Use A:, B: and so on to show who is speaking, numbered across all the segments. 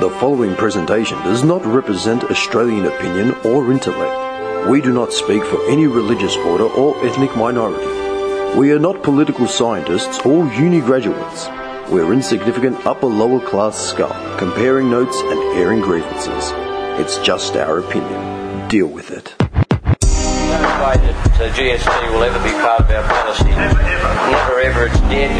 A: The following presentation does not represent Australian opinion or intellect. We do not speak for any religious order or ethnic minority. We are not political scientists or uni graduates. We're insignificant upper lower class scum, comparing notes and airing grievances. It's just our opinion. Deal with it.
B: No way that uh, GST will ever be part of our policy. Never ever. Never ever. It's dead.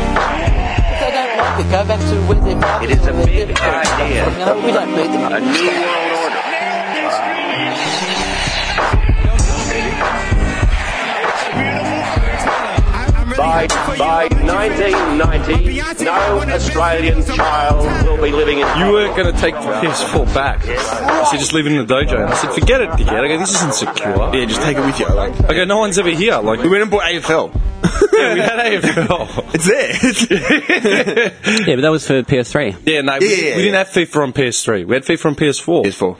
C: If they don't like it, go back to where they're from.
B: It is a
C: where
B: big
C: they're from.
B: idea.
C: You know, we don't need them.
B: A new world order. By, by 1990, no Australian child will be living in.
D: You weren't going to take the PS4 back. So you just leave it in the dojo. And I said, forget it, dickhead. I go, this isn't secure.
E: Yeah, just take it with you. Like,
D: I go, no one's ever here. Like,
E: we went and bought AFL.
D: yeah, we had AFL.
E: It's there.
F: Yeah, but that was for PS3.
D: Yeah, no, we,
E: Yeah, yeah,
D: we didn't
E: yeah.
D: have FIFA on PS3. We had FIFA on PS4.
E: it's for.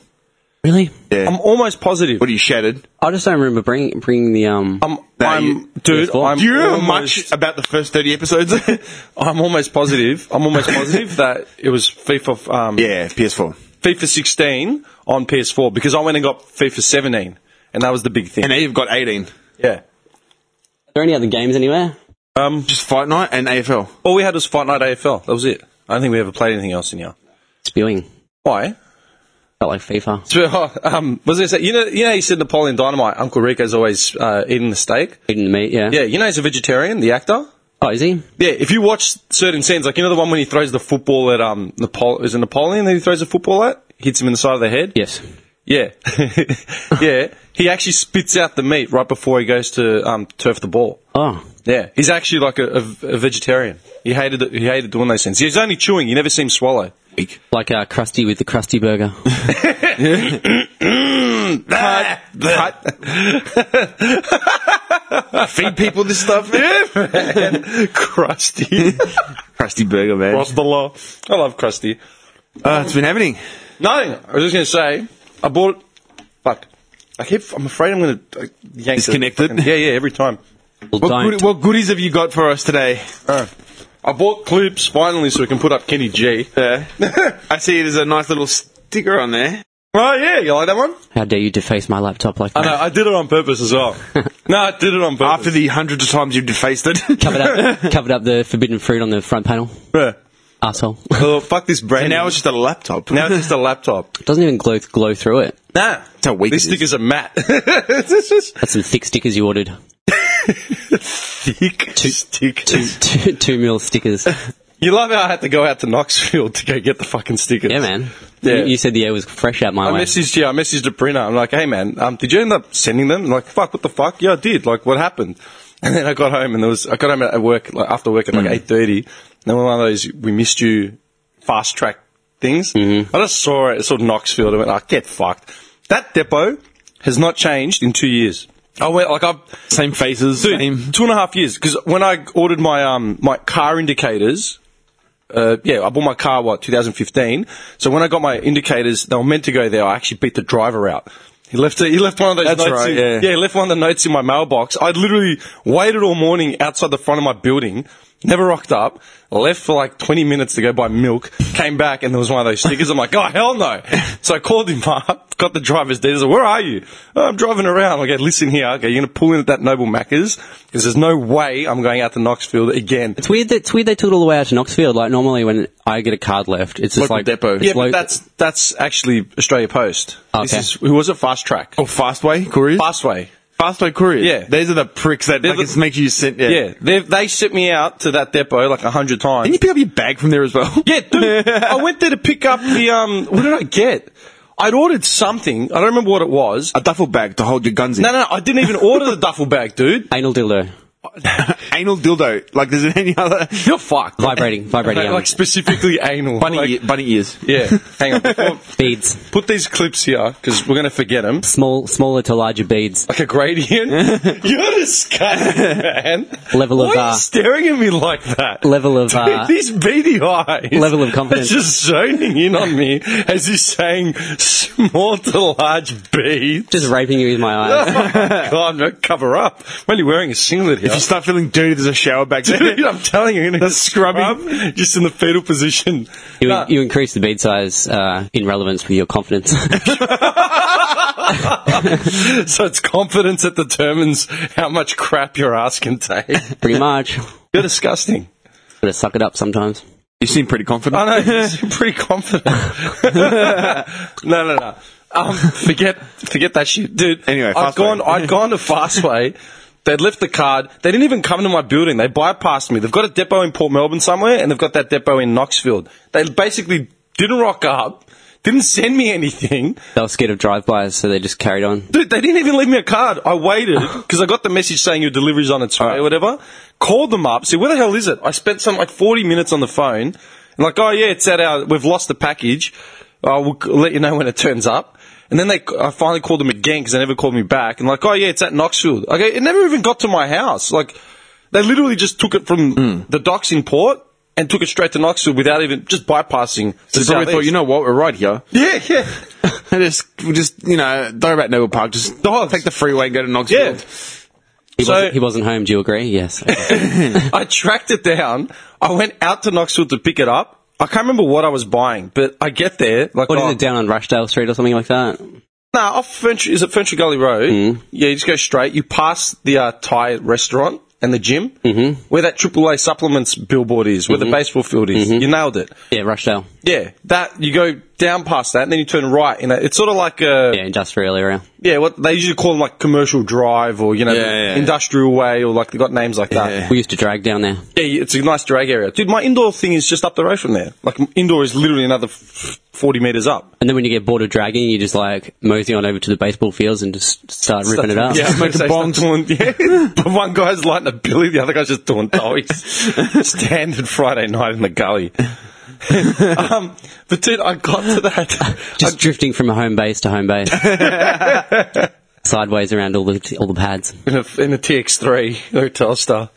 F: Really?
E: Yeah.
D: I'm almost positive.
E: what are you shattered?
F: I just don't remember bringing bringing the um.
D: I'm,
E: No,
D: I'm
E: you-
D: dude,
F: PS4.
D: I'm
E: Do you remember much
D: almost,
E: about the first thirty episodes?
D: I'm almost positive. I'm almost positive that it was FIFA, um,
E: yeah, PS4
D: FIFA 16 on PS4 because I went and got FIFA 17, and that was the big thing.
E: and now you've got eighteen.
D: yeah.
F: Are there any other games anywhere?
D: Um,
E: Just fight night and AFL.
D: all we had was Fight Night AFL. That was it. I don't think we ever played anything else in here.
F: Spewing.
D: Why?
F: Felt like FIFA.
D: So, um, was I gonna say, you know, you know, you said Napoleon Dynamite. Uncle Rico's always uh, eating the steak.
F: Eating the meat. Yeah.
D: Yeah, you know, he's a vegetarian, the actor.
F: Oh, is he?
D: Yeah, if you watch certain scenes, like you know the one when he throws the football at um Napole- is it Napoleon that he throws the football at, hits him in the side of the head.
F: Yes.
D: Yeah, yeah. He actually spits out the meat right before he goes to um, turf the ball.
F: Oh,
D: Yeah, he's actually like a, a, a vegetarian. He hated it, he hated doing those things. He's only chewing. You never see him swallow.
F: like uh, Krusty with the Krusty Burger.
D: Cut.
E: Feed people this stuff.
D: Krusty.
E: Krusty burger, man.
D: Cross the law. I love Krusty.
E: Uh, it's been happening.
D: Nothing. I was just going to say, I bought. Fuck. I keep. I'm afraid I'm going to yank.
E: Disconnected?
D: The, fucking- yeah, yeah. Every time.
F: well,
E: What,
F: don't.
E: good, what goodies have you got for us today?
D: Uh, I bought clips finally, so we can put up Kenny G.
E: Yeah. I see. There's a nice little sticker on there.
D: Oh yeah, you like that one?
F: How dare you deface my laptop like
D: I
F: that?
D: know. I did it on purpose as well. no, I did it on purpose.
E: After the hundreds of times you've defaced it.
F: Covered up, covered up the forbidden fruit on the front panel.
D: Yeah.
F: Asshole.
D: Oh, fuck this brand.
E: And now it's just a laptop.
D: now it's just a laptop.
F: Doesn't even glow glow through it.
D: Nah,
E: That's how weak
D: these
E: it is.
D: stickers are matte. it's just
F: That's some thick stickers you ordered.
D: thick
F: Two,
D: stickers.
F: two, two mil stickers.
D: You love how I had to go out to Knoxville to go get the fucking stickers.
F: Yeah, man.
D: Yeah.
F: You, you said the air was fresh out my
D: I
F: way.
D: messaged yeah, I messaged the printer. I'm like, hey man, um, did you end up sending them? Like, fuck, what the fuck? Yeah, I did. Like, what happened? And then I got home and there was I got home at work like after work at
F: Mm.
D: like eight thirty. And one of those we missed you fast track things.
F: Mm-hmm.
D: I just saw it. It sort of Knoxville. and I went, like, get fucked. That depot has not changed in two years. I went like I've
E: Same faces.
D: Dude,
E: Same.
D: two and a half years. Because when I ordered my um my car indicators, uh, yeah, I bought my car what 2015. So when I got my indicators, they were meant to go there. I actually beat the driver out. He left. He left one of those.
E: That's
D: notes
E: right,
D: in-
E: yeah.
D: he left one of the notes in my mailbox. I literally waited all morning outside the front of my building. Never rocked up. Left for like 20 minutes to go buy milk. Came back and there was one of those stickers. I'm like, oh, hell no. So I called him up, got the driver's details. Where are you? "Oh, I'm driving around. I go, listen here. Okay, you're going to pull in at that Noble Macca's because there's no way I'm going out to Knoxfield again.
F: It's weird. That, it's weird they took it all the way out to Knoxfield. Like normally, when I get a card left, it's just
E: Local
F: like
E: depot.
F: it's
D: Yeah, but
F: lo-
D: that's that's actually Australia Post. This
F: Okay.
D: is who was it? Ah, Oh, Fast Track,
E: Or Fastway Couriers.
D: Fastway.
E: Fastway Couriers.
D: Yeah.
E: These are the pricks that
D: They're
E: like,
D: the-
E: it's make you sit.
D: Yeah, they they sent me out to that depot like a hundred
E: Didn't
D: times.
E: you pick up your bag from there as well?
D: Yeah, dude, I went there to pick up the um. What did I get? I'd ordered something. I don't remember what it was.
E: A duffel bag to hold your guns in.
D: No, no, I didn't even order the duffel bag, dude.
F: anal dildo
E: Anal dildo. Like, there's any other.
D: You're fucked.
F: vibrating, vibrating
D: Like,
F: like,
D: like specifically anal. Like,
E: bunny ears.
D: yeah, hang on. Before-
F: beads,
D: Put these clips here because we're gonna forget them.
F: small, smaller to larger beads.
D: like a gradient. You're disgusting, man.
F: Level of,
D: Why are
F: uh,
D: you staring at me like that?
F: Level of uh,
D: These beady eyes.
F: level of confidence.
D: It's just zoning in on me as he's saying small to large beads.
F: just raping you with my eyes.
D: Oh my God, no, cover up. I'm only wearing a singlet here.
E: If you start feeling dirty, there's a shower back there.
D: Dude, I'm telling you, you're gonna
E: That's scrubbing.
D: scrub just in the fetal position.
F: You,
D: Nah.
F: you increase the bead size uh, in relevance with your confidence.
D: so it's confidence that determines how much crap your ass can take.
F: Pretty much.
D: You're disgusting.
F: Gotta suck it up sometimes.
E: You seem pretty confident.
D: I know. You're pretty confident. no, no, no. Um, forget, forget that shit, dude.
E: Anyway,
D: I'd
E: Fastway.
D: gone, I'd gone to Fastway. They'd left the card. They didn't even come to my building. They bypassed me. They've got a depot in Port Melbourne somewhere, and they've got that depot in Knoxfield. They basically didn't rock up. Didn't send me anything.
F: They were scared of drive-bys, so they just carried on.
D: Dude, they didn't even leave me a card. I waited because I got the message saying your delivery's on its way or whatever. Called them up. See where the hell is it? I spent some like forty minutes on the phone and like, oh yeah, it's at our. We've lost the package. I will c- let you know when it turns up. And then they, I finally called them again because they never called me back. And like, oh yeah, it's at Knoxfield. Okay, it never even got to my house. Like, they literally just took it from
E: Hmm.
D: the docks in port and took it straight to Knoxfield without even just bypassing.
E: So
D: the
E: they probably
D: southeast.
E: thought, you know what, we're right here.
D: yeah, yeah.
E: And just, we just, you know, don't about Noble Park. Just
D: Dogs.
E: take the freeway and go to
D: Yeah.
E: Knoxville.
F: He,
D: So-
F: wasn't, he wasn't home, do you agree? Yes.
D: I tracked it down. I went out to Knoxville to pick it up. I can't remember what I was buying, but I get there. Like,
F: what
D: oh,
F: is it, down on Rushdale Street or something like that?
D: Nah, off Ferntree, is it Ferntree Gully Road? Yeah, you just go straight. You pass the uh, Thai restaurant and the gym, mm-hmm. where that AAA supplements billboard is, where the baseball field is. You nailed it.
F: Yeah, Rushdale.
D: Yeah, that you go down past that, and then you turn right. And it's sort of like a
F: Yeah, industrial area.
D: yeah, what they usually call them like commercial drive or you know
E: Yeah, yeah, yeah.
D: industrial way or like they got names like that.
E: Yeah.
F: We used to drag down there.
D: Yeah, it's a nice drag area. Dude, my indoor thing is just up the road from there. Like, m- indoor is literally another f- 40 metres up.
F: And then when you get bored of dragging, you just like mosey on over to the baseball fields and just start ripping it up.
D: Yeah,
E: Smoking
D: making
E: bongs.
D: Yeah. but one guy's lighting a billy, the other guy's just doing doughies. Standard Friday night in the gully. um, but dude, I got to that.
F: Just drifting from home base to home base. Sideways around all the all the pads.
D: in, a, in a TX3 hotel star.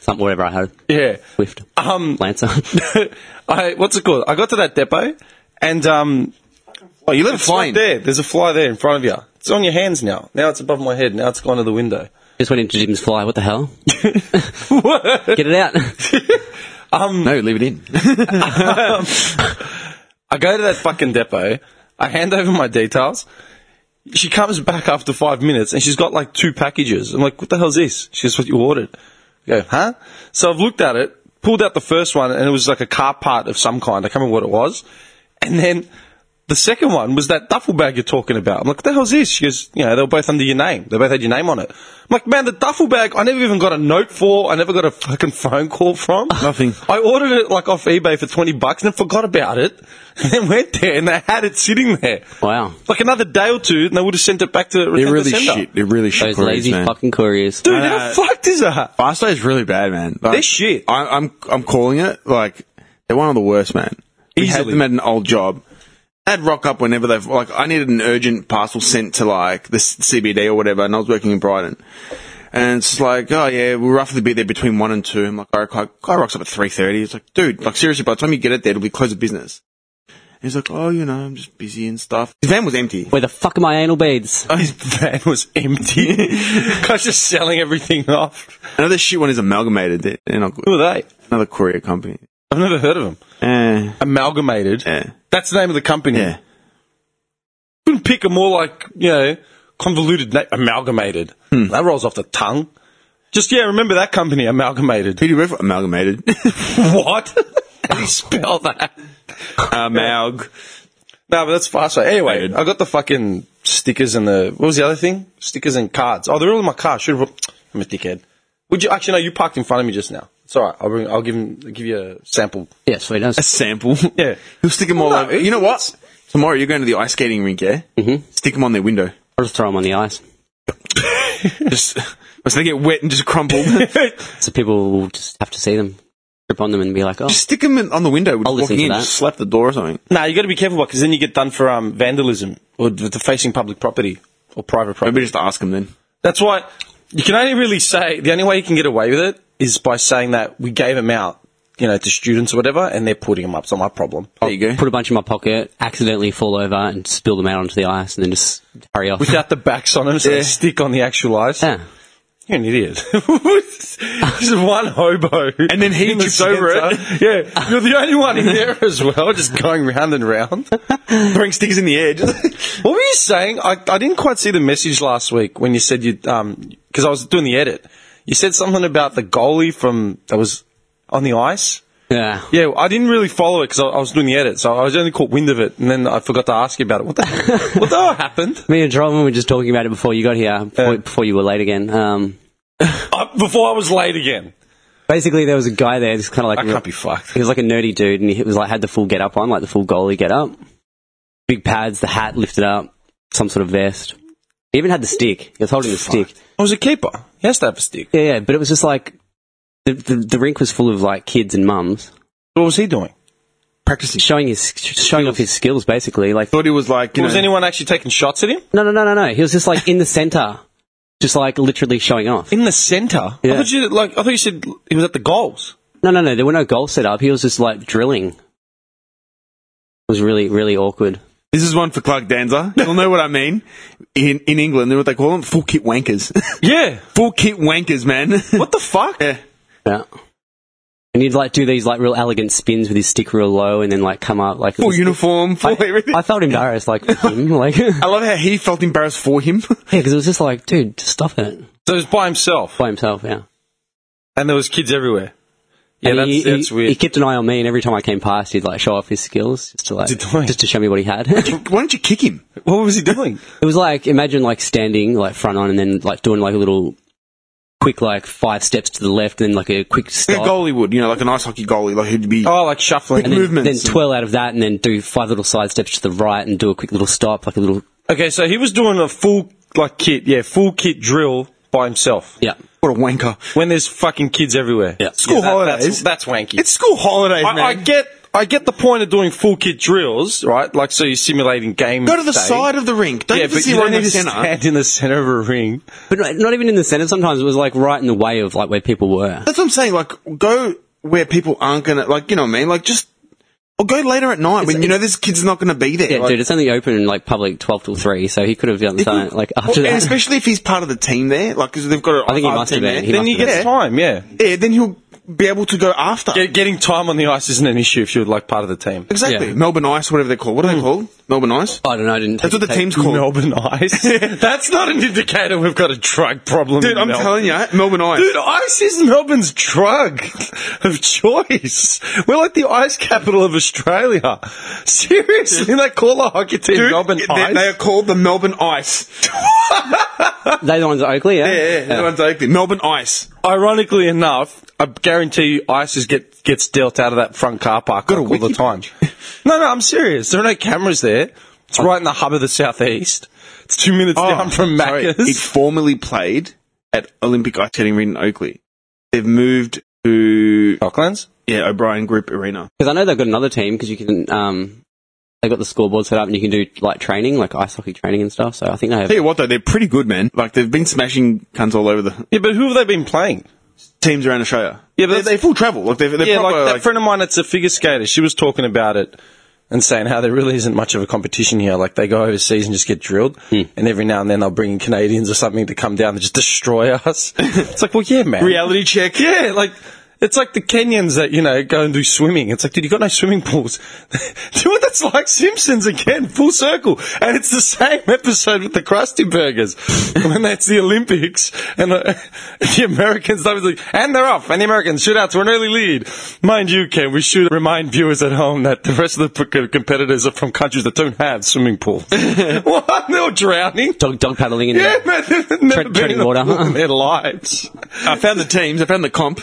F: Some, whatever I had.
D: Yeah.
F: Swift.
D: Um,
F: Lancer.
D: I, what's it called? I got to that depot and, um,
E: Oh, you live
D: it's right
E: flying.
D: there. There's a fly there in front of you. It's on your hands now. Now it's above my head. Now it's gone to the window.
F: just went into Jim's fly. What the hell?
D: What?
F: Get it out.
E: Mm. No, leave it in.
D: I go to that fucking depot. I hand over my details. She comes back after five minutes and she's got like two packages. I'm like, what the hell's this? She goes, what you ordered. I go, huh? So I've looked at it, pulled out the first one and it was like a car part of some kind. I can't remember what it was. And then the second one was that duffel bag you're talking about. I'm like, what the hell's this? She goes, you know, they were both under your name. They both had your name on it. I'm like, man, the duffel bag, I never even got a note for. I never got a fucking phone call from.
E: Nothing.
D: I ordered it like off eBay for 20 bucks and then forgot about it. And then went there and they had it sitting there.
F: Wow.
D: Like another day or two and they would have sent it back to
E: They're
D: return
E: really
D: to sender.
E: shit. They're really shit.
F: Those
E: couriers,
F: lazy
E: man.
F: fucking couriers. Uh,
D: Dude,
E: No,
D: how
E: no.
D: fucked is that?
E: Fastway is really bad, man. Like,
D: They're shit.
E: I, I'm I'm calling it like they're one of the worst, man. We had
D: Easily.
E: them at an old job. I'd rock up whenever they've like I needed an urgent parcel sent to like the s- CBD or whatever, and I was working in Brighton. And it's like, oh yeah, we'll roughly be there between one and two. I'm like, all right, guy, guy rocks up at three thirty. It's like, dude, like seriously, by the time you get it there, it'll be close of business. And he's like, oh, you know, I'm just busy and stuff. His van was empty. Oh,
F: Where the fuck are my anal beads?
D: His van was empty. Guys just selling everything off.
E: Another shit one is amalgamated. They're they're not good.
D: Who are they?
E: Another courier company.
D: I've never heard of them.
E: Eh,
D: Amalgamated.
E: yeah,
D: That's the name of the company.
E: yeah.
D: couldn't pick a more like you know convoluted na- amalgamated.
E: Hmm.
D: That rolls off the tongue. Just yeah, remember that company amalgamated.
E: Who do you work for? Amalgamated.
D: what? How do you spell that?
E: Amalg.
D: Um, No, but that's faster. Anyway,
E: Dude.
D: I got the fucking stickers and the what was the other thing? Stickers and cards. Oh, they're all in my car. Should have. I'm a dickhead. Would you actually? No, you parked in front of me just now. It's all right. I'll bring. I'll give him. Give you a sample.
F: Yeah, sweet. That
E: A
F: was-
E: sample.
D: Yeah.
E: He'll stick them all
D: No,
E: over. You know what? Tomorrow you're going to the ice skating rink, yeah? Mm-hmm. Stick them on their window.
F: I'll just throw them on the ice.
E: Just, so they get wet and just crumpled.
F: So people will just have to see them. Trip on them and be like, oh.
E: just stick them in, on the window. Just
F: I'll listen
E: walking
F: to
E: in,
F: that.
E: just slap the door or something.
D: No, you got to be careful because then you get done for um, vandalism or d- defacing public property or private property.
E: Maybe just ask them then.
D: That's why you can only really say the only way you can get away with it is by saying that we gave them out, you know, to students or whatever, and they're putting them up. It's not my problem.
E: There you go.
F: put a bunch in my pocket, accidentally fall over and spill them out onto the ice, and then just hurry off.
D: uh, Without the backs on them, so they
E: Yeah.
D: stick on the actual ice.
F: yeah.
D: You're an idiot. Just one hobo.
E: And then he
D: in the
E: trips over it.
D: centre. Yeah, you're the only one in there as well, just going round and round.
E: Throwing sticks in the air. Just-
D: What were you saying? I, I didn't quite see the message last week when you said you, um, because I was doing the edit. You said something about the goalie from, that was on the ice.
F: Yeah.
D: Yeah, I didn't really follow it because I, I was doing the edit, so I was only caught wind of it, and then I forgot to ask you about it. What the hell? what the hell happened?
F: Me and Drolman were just talking about it before you got here, before, before you were late again. Um,
D: Uh, before I was late again.
F: basically, there was a guy there, just kind of like
D: I can't be fucked.
F: he was like a nerdy dude, and he was like had the full get up on, like the full goalie get up, big pads, the hat lifted up, some sort of vest. He even had the stick. He was holding the stick.
D: I was a keeper. He has to have a stick.
F: Yeah, yeah, but it was just like the, the the rink was full of like kids and mums
D: What was he doing?
E: Practicing.
F: showing his showing off his skills basically. Like
E: Thought he was like, you
D: was
E: know,
D: anyone actually taking shots at him?
F: no, no, no, no, no. He was just like in the center, just like literally showing off.
D: In the centre? I
F: Yeah.
D: thought you like I thought you said he was at the goals.
F: No, no, no. There were no goals set up. He was just like drilling. It was really, really awkward.
E: this is one for Clark Danza. You'll know what I mean. In in England, they're what they call them full kit wankers.
D: Yeah.
E: full kit wankers, man.
D: What the fuck?
E: yeah.
F: Yeah. And he'd like do these like real elegant spins with his stick real low, and then like come up like
D: Oh,
E: Full uniform, full
F: I,
E: everything.
F: I felt embarrassed, like for him, like yeah,
E: I love how he felt embarrassed for him.
F: because it was just like, dude, just stop it
D: So he was by himself,
F: by himself. Yeah,
D: and there was kids everywhere. Yeah,
F: And
D: that's,
F: he,
D: that's
F: he-
D: weird.
F: He kept an eye on me, and every time I came past, he'd like show off his skills just to like
D: What's he doing?
F: just to show me what he had. it
E: Why don't you kick him?
D: what was he doing?
F: was like imagine like standing like front on, and then like doing like a little quick like five steps to the left, and then like a quick
E: Like a
F: stop.
E: goalie would, you know, like an ice hockey goalie, like who'd be.
D: Oh, like shuffling.
E: And
F: then,
E: movements
F: then
E: and-
F: twirl out of that and then do five little side steps to the right and do a quick little stop, like a little
D: okay, so he was doing a full like kit, yeah, full kit drill by himself.
F: yeah.
E: What a wanker.
D: When there's fucking kids everywhere.
F: Yeah.
E: School holidays.
D: That's, that's wanky.
E: It's school holidays,
D: I,
E: man.
D: I get I get the point of doing full kit drills, right? Like so you're simulating game.
E: Go to the
D: day.
E: side of the rink. Don't
D: Yeah,
E: you
D: but
E: see
D: you
E: one
D: don't
E: in
D: need
E: the
D: to
E: center.
D: stand in the center of a ring.
F: But not, not even in the center. Sometimes it was like right in the way of like where people were.
E: That's what I'm saying. Like, go where people aren't gonna, like, you know what I mean? Like, just, or go later at night when you know this kid's not gonna be there.
F: Yeah,
E: like,
F: dude, it's only open like public twelve till three, so he could have done something like after
E: Well, and
F: that.
E: especially if he's part of the team there, like, because they've got a
F: I think he
E: a
F: must
E: team
F: have been.
E: there.
F: He
E: then
F: must
E: you
F: have
E: get
D: It's time, yeah.
E: Yeah, then he'll be able to go after.
D: Get, getting time on the ice isn't an issue if you're like part of the team.
E: Exactly.
F: Yeah.
E: Melbourne Ice, whatever they're called. What are they called? Melbourne Ice?
F: I don't know. I didn't.
E: That's what
F: take-
E: the
F: take-
E: team's called.
D: Melbourne Ice. That's not an indicator we've got a drug problem.
E: Dude,
D: in
E: I'm
D: Melbourne.
E: telling you, Melbourne Ice.
D: Dude, ice is Melbourne's drug of choice. We're like the ice capital of Australia. Seriously, they call a hockey team
E: Dude,
D: Melbourne
E: they,
D: Ice.
E: they are called the Melbourne Ice.
F: They're the ones at Oakley, yeah.
E: Yeah, yeah, yeah. Everyone's like, Melbourne Ice.
D: Ironically enough, I guarantee you, ISIS get gets dealt out of that front car park like, all the time. no, no, I'm serious. There are no cameras there. It's right in the hub of the southeast. It's two minutes down from
E: Oh, sorry. It
D: Macca's.
E: formerly played at Olympic Ice Skating Arena in Oakley. They've moved to
D: Docklands.
E: yeah O'Brien Group Arena.
F: Because I know they've got another team because you can. Um, they got the scoreboard set up and you can do like training, like ice hockey training and stuff. So I think they have.
E: Tell you what though, they're pretty good, man. Like they've been smashing cunts all over the
D: Yeah, but who have they been playing?
E: teams around Australia.
D: Yeah, but
E: they,
D: that's-
E: they full travel. Like they're, they're
D: yeah, like
E: proper,
D: that
E: like-
D: friend of mine that's a figure skater. She was talking about it and saying how there really isn't much of a competition here. Like they go overseas and just get drilled,
E: Hmm.
D: and every now and then they'll bring in Canadians or something to come down and just destroy us. it's like, well, yeah, man.
E: reality check.
D: Yeah, like it's like the Kenyans that you know go and do swimming. It's like, dude, you got no swimming pools. do what that's like Simpsons again, full circle, and it's the same episode with the Krusty Burgers when that's the Olympics and uh, the Americans. That was like, and they're off, and the Americans shoot out to an early lead. Mind you, Ken, we should remind viewers at home that the rest of the p- competitors are from countries that don't have swimming pools. what? They're drowning.
F: Dog, dog paddling in
D: Yeah,
F: the
D: man, they've never been
F: treading
D: in a
F: water.
D: pool in their lives.
E: I found the teams. I found the comp.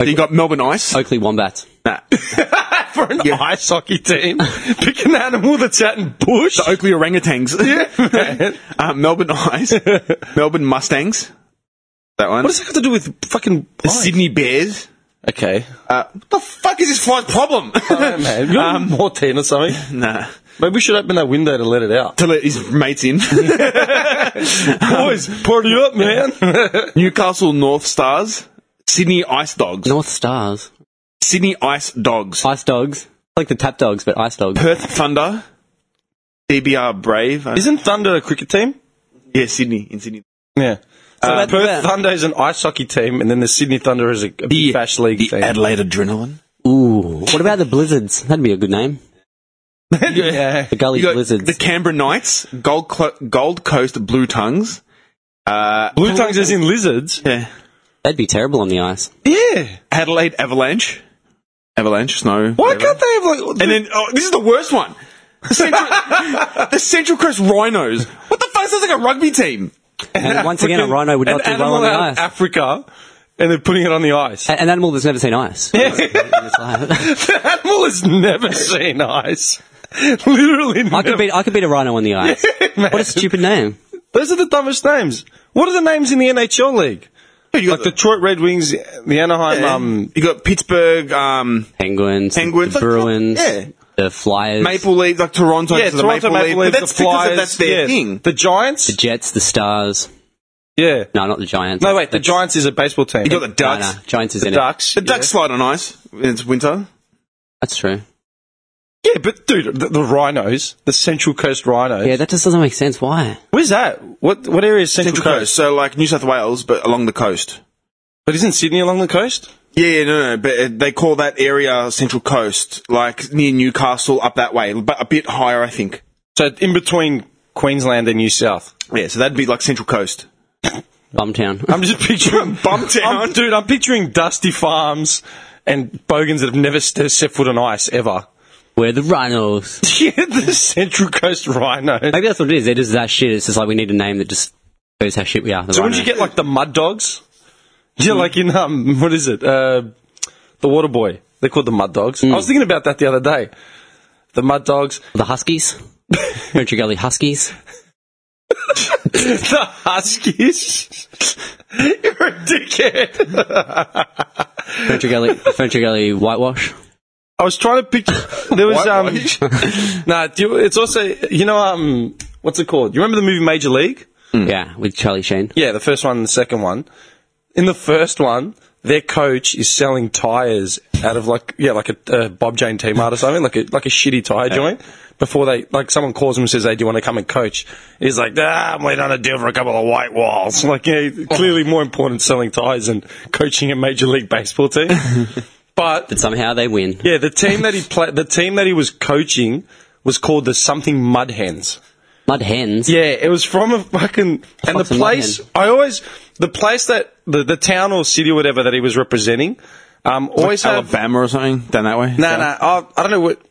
E: So you got Melbourne Ice.
F: Oakley Wombats.
E: Nah.
D: for an ice hockey team. Pick an animal that's out in bush.
E: the Oakley Orangutans.
D: man.
E: uh, Melbourne Ice. Melbourne Mustangs. That one.
D: What does that got to do with fucking
E: the Sydney Bears.
D: Okay,
E: Uh, what the fuck is this flight's problem?
D: man, you
F: Um,
D: want more ten or something?
E: nah.
D: Maybe we should open that window to let it out.
E: To let his mates in.
D: Boys, party up, man!
E: Newcastle North Stars. Sydney Ice Dogs.
F: North Stars.
E: Sydney Ice Dogs.
F: Ice Dogs. Like the Tap Dogs, but Ice Dogs.
E: Perth Thunder. DBR Brave. Uh,
D: Isn't Thunder a cricket team?
E: yeah, Sydney. In Sydney.
D: Yeah.
F: about-
D: Perth
F: about-
D: Thunder is an ice hockey team, and then the Sydney Thunder is a, a big bash league
E: the
D: team.
E: Adelaide Adrenaline.
F: Ooh, what about the Blizzards? That'd be a good name.
D: yeah.
F: The Gully
E: You got
F: Blizzards.
E: The Canberra Knights, Gold, Clo- Gold Coast Blue Tongues. Uh,
D: Blue Tongues is in lizards.
E: yeah.
F: That'd be terrible on the ice.
D: Yeah.
E: Adelaide Avalanche. Avalanche, snow.
D: Why
E: whatever.
D: can't they have like?
E: And then, oh, this is the worst one. The Central, the Central Coast Rhinos. What the fuck? Sounds like a rugby team.
F: And once again, a rhino would
D: an
F: not do well
D: animal
F: on the
D: out
F: ice.
D: of Africa, and they're putting it on the ice.
F: A- An animal that's never seen ice. I
D: the animal has never seen ice. Literally, never.
F: could beat I could beat a rhino on the ice. what a stupid name.
D: Those are the dumbest names. What are the names in the NHL league?
E: You got
D: Like Detroit Red Wings, the Anaheim. Um,
E: you got Pittsburgh, um,
F: Penguins,
E: Penguins,
F: the
E: like,
F: Bruins,
E: yeah.
F: the Flyers,
E: Maple Leaf, like Toronto.
D: yeah,
E: so the
D: Toronto Maple, Leafs,
E: But that's
D: the Flyers.
E: because that's their
D: yeah.
E: thing.
D: The Giants.
F: the Jets, the Stars.
D: yeah.
F: No, not the Giants.
D: No, wait. The
F: That's-
D: Giants is a baseball team.
E: You got the
F: No,
E: Ducks.
F: no, Giants is in it.
D: Ducks.
E: The Ducks slide on ice. when It's winter.
F: That's true.
D: Yeah, Yeah, but dude, the, the Rhinos, the Central Coast Rhinos.
F: Yeah, that just doesn't make sense. Why?
D: Where's that? What what area is Central,
E: Central
D: Coast?
E: coast. So like New South Wales, but along the coast.
D: But isn't Sydney along the coast?
E: Yeah, yeah, no, no, but uh, they call that area Central Coast, like near Newcastle, up that way, but a bit higher, I think.
D: So in between Queensland and New South.
E: Yeah, so that'd be like Central Coast.
F: Bumtown.
D: I'm just picturing
E: Bumptown.
D: I'm- dude. I'm picturing dusty farms and bogans that have never st- set foot on ice ever.
F: We're the rhinos.
D: Yeah, the Central Coast Rhinos.
F: Maybe that's what it is. They're just that shit. It's just like we need a name that just shows how shit we are. The
D: So when
F: rhino.
D: did you get like the mud dogs? Yeah, like in um, what is it? Uh, the Water Boy. They're called the mud dogs. I was thinking about that the other day. The mud dogs,
F: the Huskies? Don't you Gully Huskies?
D: the Huskies. You're a dickhead.
F: Don't you Gully, Don't you Gully Whitewash?
D: I was trying to picture. There was um. nah, do you, it's also you know um. What's it called? You remember the movie Major League?
F: Yeah, with Charlie Sheen.
D: Yeah, the first one and the second one. In the first one, their coach is selling tires out of like yeah, like a uh, Bob Jane T Mart or something, like a like a shitty tire joint. Before they like someone calls him and says, "Hey, do you want to come and coach?" He's like, "Ah, I'm waiting on a deal for a couple of white walls." Like, yeah, clearly more important selling tires than coaching a major league baseball team. but
F: But somehow they win.
D: yeah, the team that he played, the team that he was coaching was called the something Mud Hens.
F: Mud hens.
D: Yeah, it was from a fucking and the
F: fuck's a
D: place.
F: Mud
D: I always the place that the, the town or city or whatever that he was representing. Um, always have
E: Alabama or something down that way.
D: no, no. I, I don't know what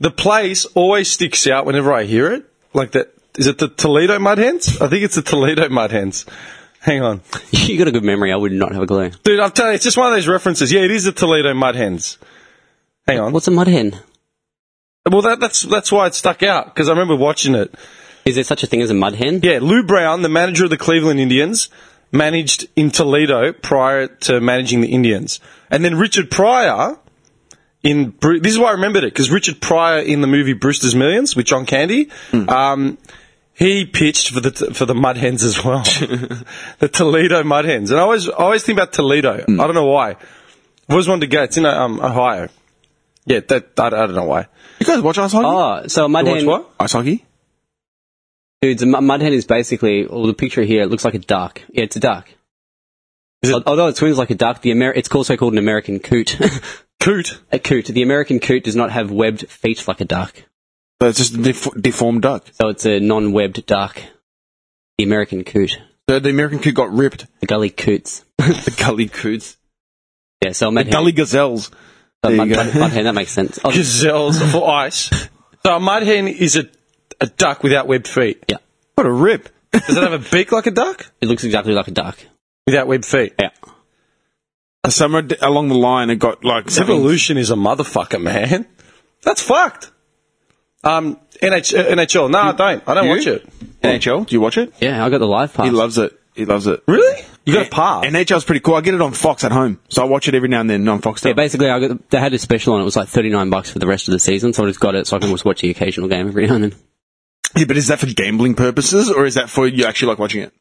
D: the place always sticks out whenever I hear it. Like that. Is it the Toledo Mud Hens? I think it's the Toledo Mud Hens. Hang on,
F: You got a good memory. I would not have a clue.
D: dude. I'm telling you, it's just one of those references. Yeah, it is the Toledo Mud Hens. Hang on.
F: What's a mud hen?
D: Well, that, that's that's why it stuck out because I remember watching it.
F: Is there such a thing as a mud hen?
D: Yeah, Lou Brown, the manager of the Cleveland Indians, managed in Toledo prior to managing the Indians. And then Richard Pryor in Bru- this is why I remembered it because Richard Pryor in the movie Brewster's Millions with John Candy,
E: Hmm.
D: um, he pitched for the t- for the Mud Hens as well, the Toledo Mud Hens. And I always I always think about Toledo.
E: Hmm.
D: I don't know why. I've always wanted to go. It's in um, Ohio. Yeah, that I, I don't know why.
E: You guys watch ice hockey?
F: Oh, so a mud
D: You watch
F: hen.
D: what?
E: ice hockey?
F: Dudes, a mu- mud hen is basically. Well, the picture here it looks like a duck. Yeah, it's a duck. Al- Although it swims like a duck, the Amer- it's also called an American coot.
D: Coot.
F: a coot. The American coot does not have webbed feet like a duck,
E: So it's just a def- deformed duck.
F: so it's a non-webbed duck. The American coot,
E: So the American coot got ripped.
F: the gully coots.
E: The gully coots.
F: Yeah, so a mud
E: The
F: hen.
E: gully gazelles.
F: so a
E: there
F: mud,
E: you go.
F: mud, mud hen. That makes sense. Oh,
D: gazelles for ice. So a mud hen is a, a duck without webbed feet.
F: yeah,
E: What a rip.
D: Does it have a beak like a duck?
F: it looks exactly like a duck.
D: Without webbed feet.
F: Yeah.
E: Somewhere d- along the line, it got like something-
D: Evolution is a motherfucker, man. That's fucked. Um, NH- uh, NHL. No, I don't. I don't
E: You?
D: watch it.
E: NHL. Do you watch it?
F: Yeah, I got the live pass.
E: He loves it. He loves it.
D: Really? You got a pass.
E: NHL's pretty cool. I get it on Fox at home, so I watch it every now and then on Fox.
F: Yeah, basically, I got, they had a special on. It It was like thirty nine bucks for the rest of the season, so I just got it so I can just watch the occasional game every now and then.
E: Yeah, but is that for gambling purposes or is that for you actually like watching it?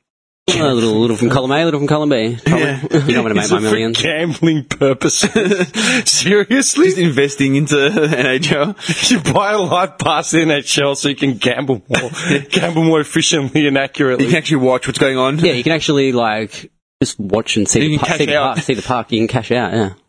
F: a little, little from column A, a little from column B.
E: Yeah.
F: You know what I make
D: Is
F: my
D: it for
F: millions.
D: gambling purposes. Seriously?
E: Just investing into NHL.
D: You buy a life pass in at Shell so you can gamble more, gamble more efficiently and accurately.
E: You can actually watch what's going on.
F: Yeah, you can actually like just watch and see
E: You
F: the,
E: can
F: park,
E: cash
F: see the
E: out.
F: park, see the park. You can cash out.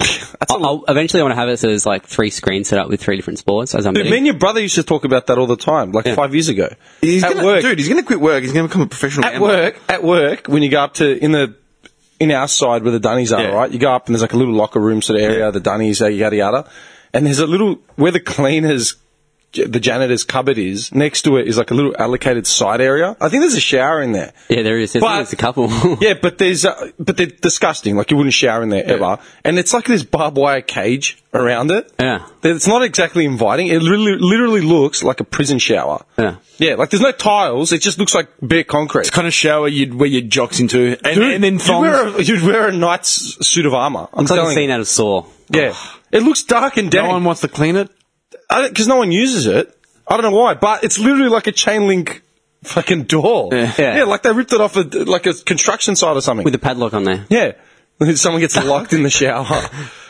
F: Yeah.
D: That's a
F: I'll, I'll- eventually, I want to have it so there's like three screens set up with three different sports. As I'm
D: Dude, me
F: betting.
D: and your brother used to talk about that all the time, like five years ago.
E: He's
D: at
E: gonna,
D: work,
E: dude. He's gonna quit work. He's gonna become a professional.
D: at
E: gambler.
D: work, at work, when you go up to in the in our side where the dunnies are,
E: Yeah.
D: right? You go up and there's like a little locker room sort of area, the dunnies, uh, yada yada, and there's a little where the cleaners, j- the janitor's cupboard is. Next to it is like a little allocated side area. I think there's a shower in there.
F: yeah, there is. There's,
D: But-
F: there's a couple.
D: Yeah, but there's uh, but they're disgusting. Like you wouldn't shower in there ever, and it's like this barbed wire cage around it.
F: Yeah.
D: it's not exactly inviting. It literally, literally looks like a prison shower.
F: Yeah.
D: yeah, like there's no tiles. It just looks like bare concrete.
E: It's kind of shower you'd wear your jocks into, and, and then
D: you'd
E: thongs.
D: wear, a, you'd wear a knight's suit of armor. I'm
F: it's like a
D: telling
F: scene
D: you.
F: out of Saw.
D: Yeah, it looks dark and
E: no one
D: dank
E: wants to clean it.
D: because no, one uses it. I don't know why, but it's literally like a chain link fucking door.
E: Yeah.
F: Yeah.
D: like they ripped it off a, like a construction site or something.
F: with a padlock on there.
D: yeah. Someone gets locked in the shower.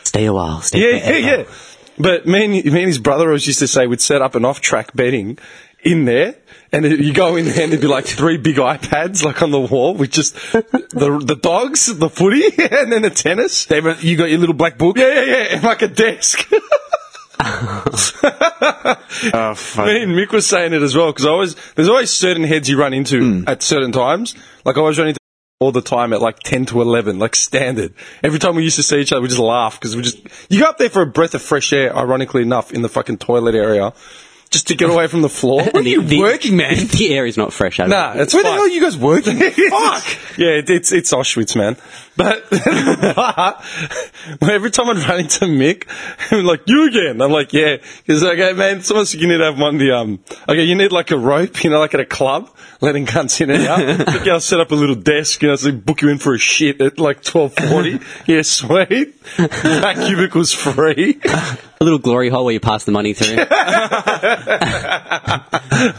F: Stay a while. Stay
D: Yeah, yeah,
F: forever.
D: yeah. But me and, me and his brother always used to say we'd set up an off track betting in there. And it- you go in there and there'd be like three big iPads like on the wall with just the the dogs, the footy, and then the tennis.
E: David, you got your little black book.
D: Yeah, yeah, yeah, and like a desk.
E: Oh, fuck.
D: Me and Mick was saying it as well because I always there's always certain heads you run into
E: Hmm.
D: at certain times. Like I always run into all the time at like ten to eleven, like standard. Every time we used to see each other, we just laugh because we just you go up there for a breath of fresh air. Ironically enough, in the fucking toilet area, just to get away from the floor.
E: What are you working, man?
F: The air is not fresh. I don't
D: Nah,
F: think.
D: it's
E: Where the
D: fine.
E: hell are you guys working? Fuck.
D: Fuck! Yeah, it, it's it's Auschwitz, man. But but every time I'd run into Mick, I'm like, "You again?" I'm like, "Yeah." He's like, "Hey, man, someone said you need to have one of the um. Okay, you need like a rope, you know, like at a club, letting guns in and out. Like, yeah, I'll set up a little desk, you know, so they book you in for a shit at like twelve forty. yeah, sweet. That cubicle's free.
F: a little glory hole where you pass the money through.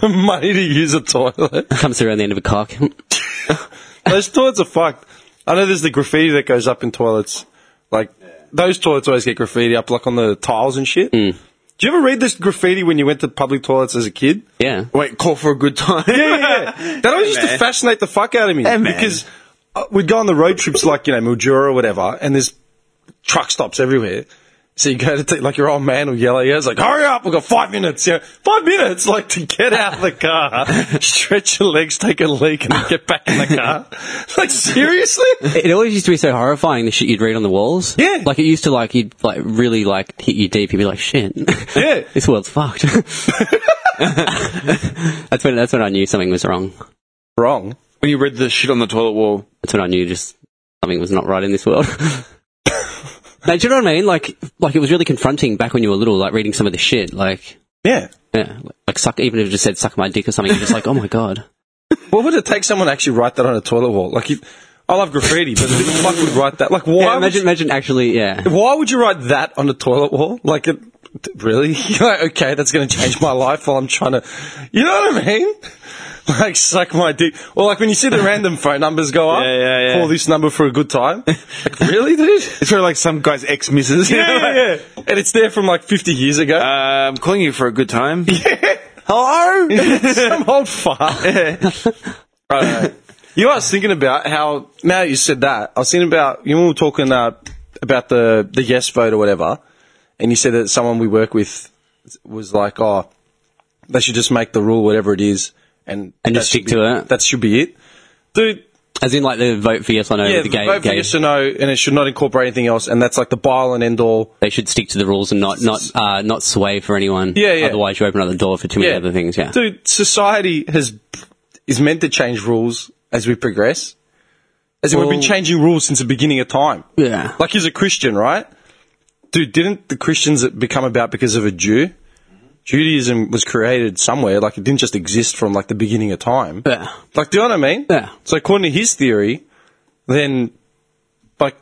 D: Money to use a toilet.
F: Comes around the end of a cock.
D: Those toilets are fucked. I know there's the graffiti that goes up in toilets. Like, those toilets always get graffiti up, like on the tiles and shit. Mm. Do you ever read this graffiti when you went to public toilets as a kid?
F: Yeah.
E: Wait, call for a good time.
D: Yeah, yeah, yeah. That always used to
E: man.
D: fascinate the fuck out of me.
E: Yeah, man.
D: because uh, we'd go on the road trips, like, you know, Mildura or whatever, and there's truck stops everywhere. So you go to take, like, your old man will yell at you. It's like, hurry up, we've got five minutes. Yeah, five minutes, like, to get out of the car, stretch your legs, take a leak, and get back in the car. like, seriously?
F: It always used to be so horrifying, the shit you'd read on the walls.
D: Yeah.
F: Like, it used to, like, you'd, like, really, like, hit you deep. You'd be like, shit.
D: Yeah.
F: this world's fucked. that's when, that's when I knew something was wrong.
D: Wrong.
E: When you read the shit on the toilet wall.
F: That's when I knew just something was not right in this world. now, do you know what I mean? Like, like, it was really confronting back when you were little, like, reading some of the shit, like,
D: Yeah.
F: yeah, like, suck, even if it just said suck my dick or something, you're just like, oh my god.
D: What would it take someone to actually write that on a toilet wall? Like, you, I love graffiti, but who the fuck would write that? Like, why?
F: Yeah,
D: would
F: imagine, imagine actually, yeah.
D: Why would you write that on the toilet wall? Like, it, really? You're like, okay, that's going to change my life while I'm trying to. You know what I mean? Like, suck my dick. Or, like, when you see the random phone numbers go up,
E: Yeah, yeah, yeah.
D: call this number for a good time. Like, really, dude?
E: It's where like some guy's ex misses.
D: yeah, yeah. And it's there from like 50 years ago.
E: Uh, I'm calling you for a good time.
D: Hello? Some old fart. Right. You know what I was thinking about how now that you said that, I was thinking about you know, we were talking uh, about the the yes vote or whatever, and you said that someone we work with was like, oh, they should just make the rule whatever it is, and
F: And
D: that
F: just
D: should
F: stick
D: be-
F: to it.
D: That should be it, dude.
F: As in, like, the vote for yes or no,
D: Yeah,
F: with the gay,
D: vote for
F: gay-
D: yes or no, and it should not incorporate anything else, and that's like the bile and end all.
F: they should stick to the rules and not, not, uh, not sway for anyone.
D: Yeah, yeah.
F: Otherwise you open up the door for too many other things, yeah.
D: Dude, society has is meant to change rules as we progress. As in, we've been
F: Well-
D: changing rules since the beginning of time.
F: Yeah.
D: Like he's a Christian, right? Dude, didn't the Christians become about because of a Jew? Judaism was created somewhere, like it didn't just exist from like the beginning of time.
F: Yeah.
D: Like, do you know what I mean?
F: Yeah.
D: So according to his theory, then, like,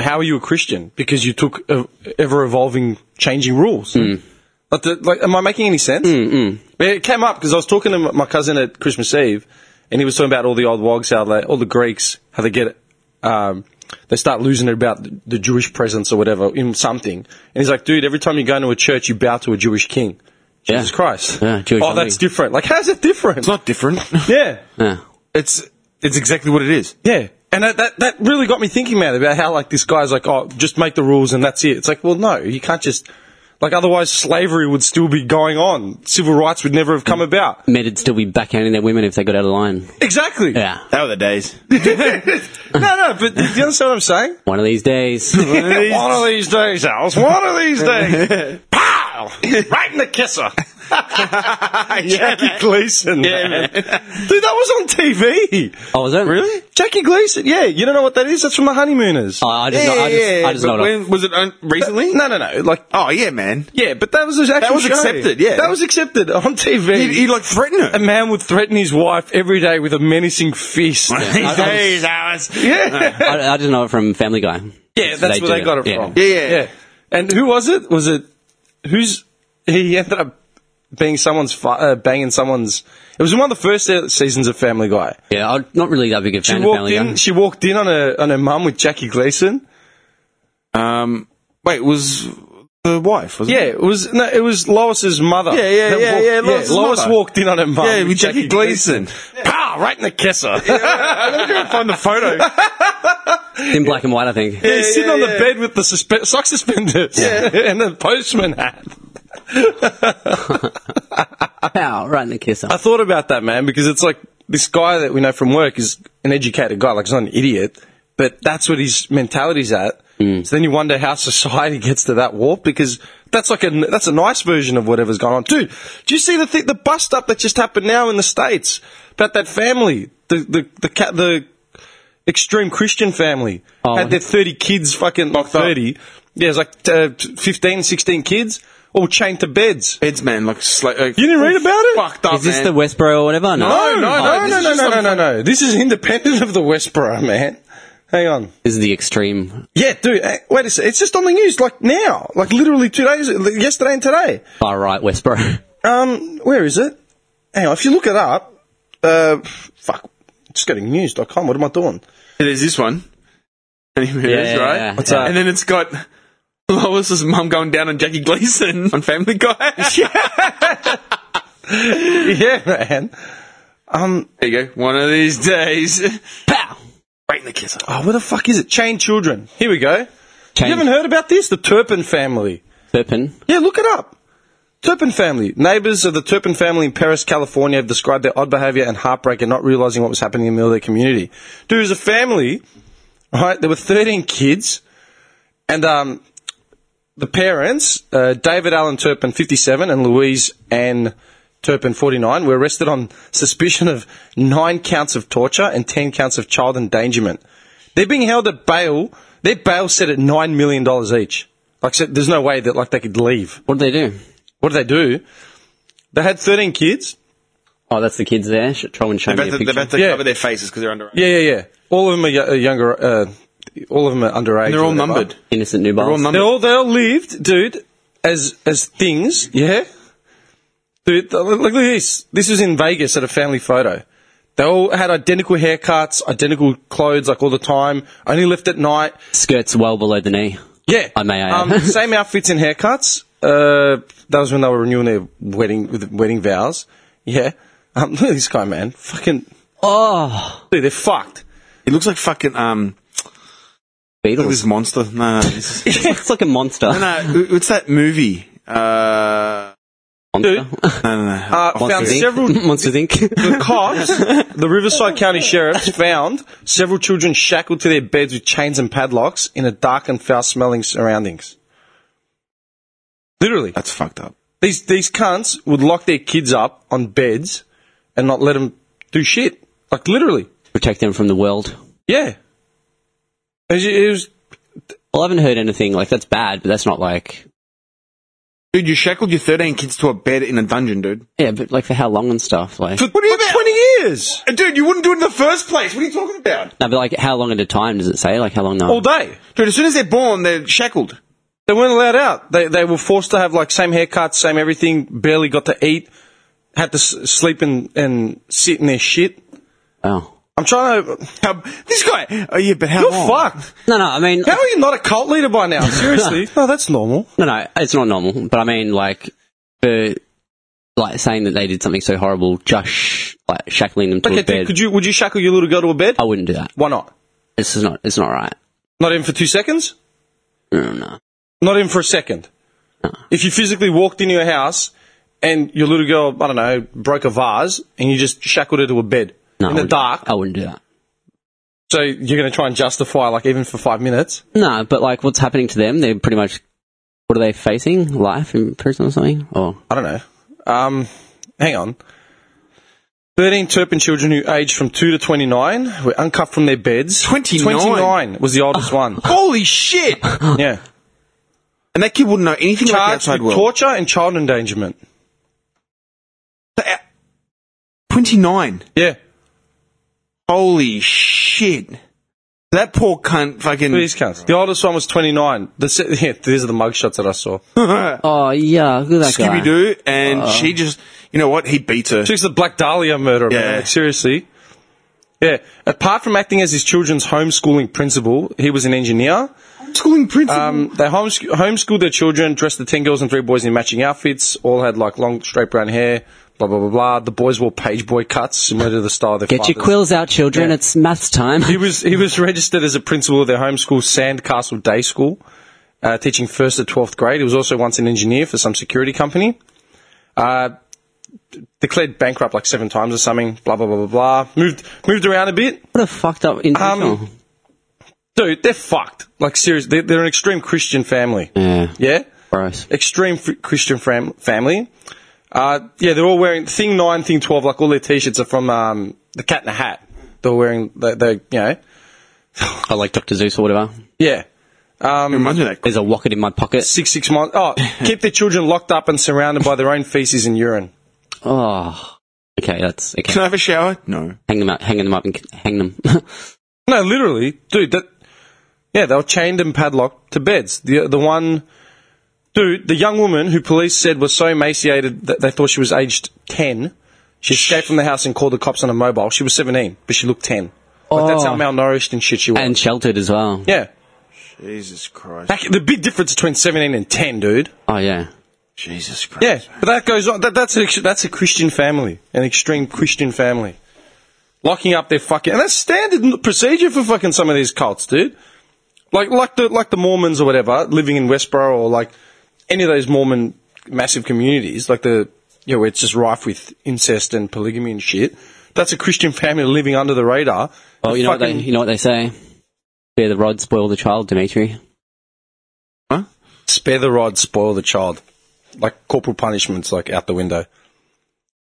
D: how are you a Christian? Because you took uh, ever-evolving, changing rules. Like, the, like, am I making any sense? Mm, It came up because I was talking to m- my cousin at Christmas Eve, and he was talking about all the old wogs, how they, all the Greeks, how they get, um, they start losing it about the- the Jewish presence or whatever in something. And he's like, dude, every time you go into a church, you bow to a Jewish king. Jesus
F: Yeah.
D: Christ.
F: Yeah, Jewish
D: oh, that's
F: only.
D: different. Like, how's it different?
E: It's not different.
D: yeah.
F: Yeah.
E: it's it's exactly what it is.
D: Yeah. And that, that, that really got me thinking, man, about how, like, this guy's like, oh, just make the rules and that's it. It's like, well, no, you can't just, like, otherwise slavery would still be going on. Civil rights would never have come about.
F: Men would still be backhanding their women if they got out of line.
D: Exactly.
F: Yeah.
E: That were the days.
D: No, no, but do you understand what I'm saying?
F: One of these days.
D: one of these days, Alice. One of these days. Pow! Right in the kisser. Jackie Gleason. Yeah, man. Dude, that was on TV.
F: Oh, was that?
D: Really? Jackie Gleason. Yeah, you don't know what that is? That's from The Honeymooners.
F: Oh, I just, know, I just, I just
E: but
F: know it off.
E: when- was it un- recently?
D: No, no, no. Like,
E: Oh yeah, man.
D: Yeah, but that was his actual
E: was
D: show.
E: accepted, yeah.
D: That was accepted on TV.
E: He, he like threatened
D: a
E: her.
D: man would threaten his wife every day with a menacing fist.
E: These
F: I- I-
E: days, Alice.
D: yeah.
F: I, I just know it from Family Guy.
D: yeah, that's where
F: do
D: they got it
F: yeah.
D: from.
E: Yeah, yeah.
D: And who was it? Was it who's he ended up being someone's fa- uh, banging someone's? It was one of the first se- seasons of Family Guy.
F: Yeah, I'm not really that big a
D: She
F: fan of
D: walked
F: Family
D: in.
F: Guy.
D: She walked in on her on her mum with Jackie Gleason.
E: Um, wait, was the wife? Was it?
D: Yeah, it was no, it was Lois's mother.
E: Yeah, yeah,
D: that
E: yeah,
D: walked-
E: yeah, Lois's
D: Lois
E: mother.
D: walked in on her mum.
E: Yeah, with Jackie Gleason.
D: Pow! Right in the kisser. I'm gonna go and find the photo.
F: In black and white, I think.
D: He's sitting on the bed with the suspe- sock suspenders and the postman hat.
F: Pow, right in the kisser.
D: I thought about that, man, because it's like this guy that we know from work is an educated guy, like he's not an idiot, but that's what his mentality's at. So then you wonder how society gets to that warp because that's like a that's a nice version of whatever's going on, dude. Do you see the th- the bust up that just happened now in the states about that family, the the the cat the extreme Christian family
F: Oh.
D: had their thirty kids fucking like
E: up.
D: thirty, yeah, it's like uh, 15, 16 kids all chained to beds.
E: Beds, man. Like, sla- like
D: You didn't read about it?
E: Fucked up.
F: Is this
E: man.
F: the Westboro or whatever? No.
D: No, no,
F: Oh,
D: no,
F: this
D: no,
F: is
D: no,
F: just-
D: no, no, no, no. This is independent of the Westboro, man. Hang on.
F: This is the extreme.
D: Yeah, dude. eh, Wait a sec. It's just on the news, like now, like literally two days, yesterday and today.
F: Far right Westboro.
D: Um, where is it? Hang on. If you look it up, uh, fuck. Just go to news.com. What am I doing?
E: There's this one. And he moves,
F: Yeah,
E: right?
F: yeah,
D: What's yeah. that?
E: And then it's got Lois's mum going down on Jackie Gleason on Family Guy.
D: Yeah, man.
E: There you go. One of these days.
F: Pow!
E: Right in the kisser.
D: Oh, where the fuck is it? Chained children. Here we go. You
F: Change
D: haven't heard about this? The Turpin family.
F: Turpin.
D: Yeah, look it up. Turpin family. Neighbors of the Turpin family in Paris, California have described their odd behavior and heartbreak and not realizing what was happening in the middle of their community. Dude, as a family, right, there were 13 kids, and um, the parents, uh, David Allen Turpin, 57, and Louise Ann Turpin, 49, were arrested on suspicion of nine counts of torture and 10 counts of child endangerment. They're being held at bail. Their bail set at $9 million each. Like, so there's no way that, like, they could leave
F: What do they do?
D: what did they do? They had 13 kids.
F: Oh, that's the kids there. Should try and show
E: They're
F: me a
E: about to, they're
F: picture.
E: about to
D: Yeah.
E: cover their faces because they're under.
D: Yeah, yeah, yeah. All of them are yo- uh, younger. Uh, all of them are underage.
E: They're
D: or
E: all
D: whatever.
E: numbered.
F: Innocent
E: They're all
F: newborns.
D: They
E: numbered.
D: all they all lived, dude, as as things. Yeah, dude. th- Look look at this. This was in Vegas at a family photo. They all had identical haircuts, identical clothes, like all the time. Only left at night.
F: Skirts well below the knee.
D: Yeah,
F: I Uh, may add.
D: Um, same outfits and haircuts. Uh, that was when they were renewing their wedding with wedding vows. Yeah. Um, look at this guy, man. Fucking
F: Oh,
D: Dude, they're fucked.
E: It looks like fucking um. Look at
F: Beatles.
E: this monster. No, no, this is-
F: It's like a monster.
E: Oh. no, no. What's that movie? Uh,
F: Monster.
E: no, no, no.
D: Uh, found
F: Monsters Inc.
D: several
F: Monsters Inc.
D: cops. the Riverside County Sheriff's found several children shackled to their beds with chains and padlocks in a dark and foul-smelling surroundings. Literally,
E: That's fucked up.
D: these these cunts would lock their kids up on beds and not let them do shit. Like literally,
F: Protect them from the world.
D: yeah. It was, it was-
F: Well, I haven't heard anything like that's bad, but that's not like
E: Dude, you shackled your 13 kids to a bed in a dungeon, dude.
F: yeah, but like for how long and stuff. Like
D: for,
E: What do you
D: for
E: mean?
D: twenty years,
E: Dude, you wouldn't do it in the first place. What are you talking about?
F: no, but like how long at a time does it say? Like how long? No.
D: all day.
E: Dude, as soon as they're born, they're shackled.
D: They weren't allowed out. They they were forced to have like same haircuts, same everything. Barely got to eat. Had to s- sleep and and sit in their shit.
F: Wow.
D: I'm trying to.
E: How, this guy. Oh yeah, but how
D: You're
E: long?
D: fucked.
F: No, no, I mean,
D: How are you not a cult leader by now? Seriously? no, that's normal.
F: no, no, it's not normal, but I mean, like, for, like, saying that they did something so horrible, just, sh- like, shackling them to
D: Okay,
F: a bed.
D: could you? Would you shackle your little girl to a bed?
F: I wouldn't do that.
D: Why not?
F: It's just not, it's not right.
D: Not even for two seconds.
F: No, no.
D: Not even for a second. If you physically walked into your house and your little girl, I don't know, broke a vase and you just shackled her to a bed
F: no I
D: in the
F: wouldn't-
D: dark,
F: I wouldn't do that.
D: so you're going to try and justify like even for five minutes.
F: No, but, like, what's happening to them? They're pretty much, what are they facing? Life in prison or something? Or,
D: I don't know. Um, hang on. 13 Turpin children who aged from 2 to 29 were uncuffed from their beds.
E: 29?
D: 29 was the oldest one.
E: Holy shit! and
D: Yeah.
E: that kid wouldn't know anything about the
D: Charged
E: outside
D: with
E: world.
D: torture and child endangerment.
E: uh, Twenty-nine.
D: Yeah.
E: Holy shit! That poor cunt fucking.
D: These cunts. The oldest one was 29. The se- yeah, these are the mugshots that I saw.
F: oh, yeah, look at that guy.
E: Scooby Doo, and she just, you know what? He beat her.
D: She's the Black Dahlia murderer,
E: Yeah.
D: man. Like, seriously. Yeah. Apart from acting as his children's homeschooling principal, he was an engineer.
E: Schooling principal.
D: Um, they homesch- homeschooled their children, dressed the 10 girls and 3 boys in matching outfits, all had like long, straight brown hair, blah, blah, blah, blah. The boys wore page boy cuts, similar to the style of their
F: Get your
D: fathers.
F: quills out, children.
D: Yeah.
F: It's maths time.
D: He was, he was registered as a principal of their homeschool Sandcastle Day School, uh, teaching 1st to 12th grade. He was also once an engineer for some security company. Uh, d- declared bankrupt like seven times or something, blah, blah, blah, blah, blah. Moved, moved around a bit.
F: What a fucked up individual.
D: Um, Dude, they're fucked. Like, seriously, they're, they're an extreme Christian family.
F: yeah,
D: Yeah?
F: gross.
D: Extreme f- Christian fam- family. Uh, yeah, they're all wearing Thing 9, Thing 12, like all their t shirts are from um, the Cat in the Hat. They're wearing, they, they you know,
F: I like Dr. Zeus or whatever.
D: yeah.
E: it reminds me of that.
F: There's a rocket in my pocket.
D: Six, six months. Oh, keep their children locked up and surrounded by their own feces and urine.
F: Oh. Okay, that's okay.
E: Can I have a shower? No.
F: Hang them up, hang them up, and c- hang them.
D: No, literally, dude. That yeah, they were chained and padlocked to beds. The the one dude, the young woman who police said was so emaciated that they thought she was aged ten. She escaped from the house and called the cops on her mobile. She was seventeen, but she looked ten. Like that's how
F: Oh.
D: malnourished and shit she was.
F: and sheltered as well.
D: yeah,
E: Jesus Christ.
D: Like, the big difference between seventeen and ten, dude.
F: Oh yeah.
E: Jesus Christ.
D: Yeah, but that goes on. That, that's a, that's a Christian family, an extreme Christian family, locking up their fucking. And that's standard procedure for fucking some of these cults, dude. Like like the like the Mormons or whatever, living in Westboro or like any of those Mormon massive communities, like the you know where it's just rife with incest and polygamy and shit. That's a Christian family living under the radar.
F: Oh,
D: The
F: you know what
D: fucking-
F: they you know what they say. Bear the rod, spoil the child, Dimitri.
E: Huh?
D: spare the rod, spoil the child. Like corporal punishment's like out the window.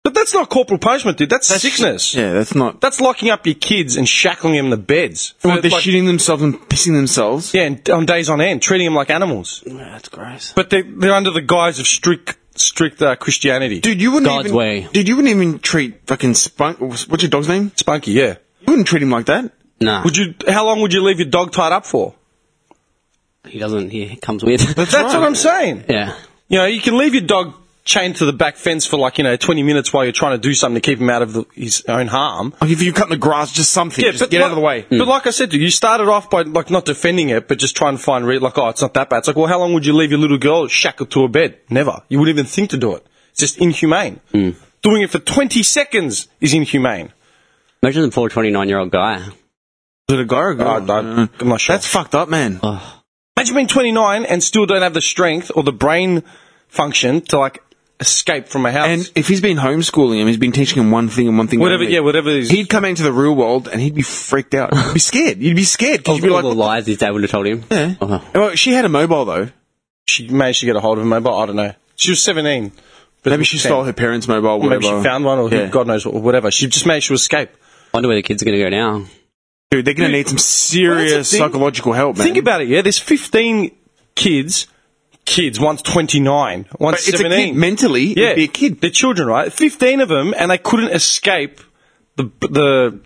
D: But that's not corporal punishment, dude. That's, sickness.
E: Yeah, that's not.
D: That's locking up your kids and shackling them to beds.
E: What, they're
D: Like-
E: shooting themselves and pissing themselves.
D: yeah, and on days on end, treating them like animals.
F: that's gross.
D: But they, they're under the guise of strict, strict uh, Christianity.
E: Dude, you wouldn't
F: God's
E: even.
F: way.
E: Dude, you wouldn't even treat fucking Spunk. What's your dog's name?
D: Spunky, yeah.
E: You wouldn't treat him like that.
F: Nah,
D: Would you? How long would you leave your dog tied up for?
F: he doesn't. He comes weird.
D: That's what I'm saying.
F: yeah.
D: You know, you can leave your dog chained to the back fence for like you know 20 minutes while you're trying to do something to keep him out of the, his own harm.
E: Like if you cut the grass, just something. just get
D: like- Mm.
E: out of the way.
D: But like I said, to you, you started off by like not defending it, but just trying to find re- like, oh, it's not that bad. It's like, well, how long would you leave your little girl shackled to a bed? Never. You wouldn't even think to do it. It's just inhumane. Doing it for 20 seconds is inhumane.
F: Imagine the poor 29 year old guy.
E: Is it a guy or a girl?
D: I- I- Uh, I'm not sure.
E: Mm. That's fucked up, man.
D: Oh, Imagine being 29 and still don't have the strength or the brain function to like escape from a house.
E: And if he's been homeschooling him, he's been teaching him one thing and one thing.
D: whatever,
E: only.
D: yeah, whatever is.
E: He'd come into the real world and he'd be freaked out. He'd be scared. You'd be scared. Cause
F: Of
E: you'd be
F: all
E: like,
F: the lies his dad would have told him.
E: Yeah.
F: Oh,
E: Well, she had a mobile though.
D: she managed to get a hold of a mobile. I don't know. She was 17. But
E: Maybe she stole her parents' mobile. Whatever.
D: Maybe she found one or who-
E: Yeah.
D: God knows what, whatever. She just managed to escape.
F: wonder where the kids are going to go now.
E: Dude, they're gonna need some
D: Well, that's
E: serious
D: the thing.
E: psychological help, man.
D: Think about it, yeah. There's 15 kids. Kids. One's 29. One's
E: But it's
D: 17.
E: a kid mentally.
D: yeah,
E: it'd be a kid.
D: They're children, right? 15 of them, and they couldn't escape the the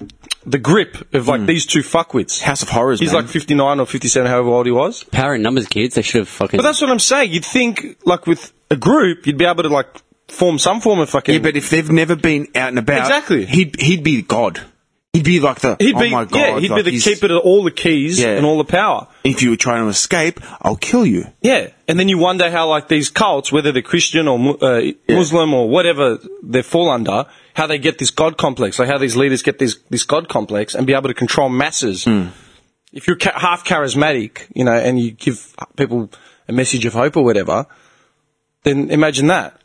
D: the grip of
E: Hmm.
D: like these two fuckwits.
E: House of Horrors.
D: He's
E: man.
D: like 59 or 57, however old he was.
F: Power in numbers, kids. They should have fucking.
D: But that's what I'm saying. You'd think, like, with a group, you'd be able to like form some form of fucking.
E: yeah, but if they've never been out and about,
D: Exactly.
E: He'd he'd be God. He'd be like the,
D: He'd be,
E: oh my god.
D: yeah, he'd
E: like
D: be the
E: he's-
D: keeper to all the keys
E: Yeah.
D: and all the power.
E: If you were trying to escape, I'll kill you.
D: Yeah, and then you wonder how like these cults, whether they're Christian or mu- uh, Muslim or whatever they fall under, how they get this god complex, like how these leaders get this this god complex and be able to control masses. If you're ca- half charismatic, you know, and you give people a message of hope or whatever, then imagine that.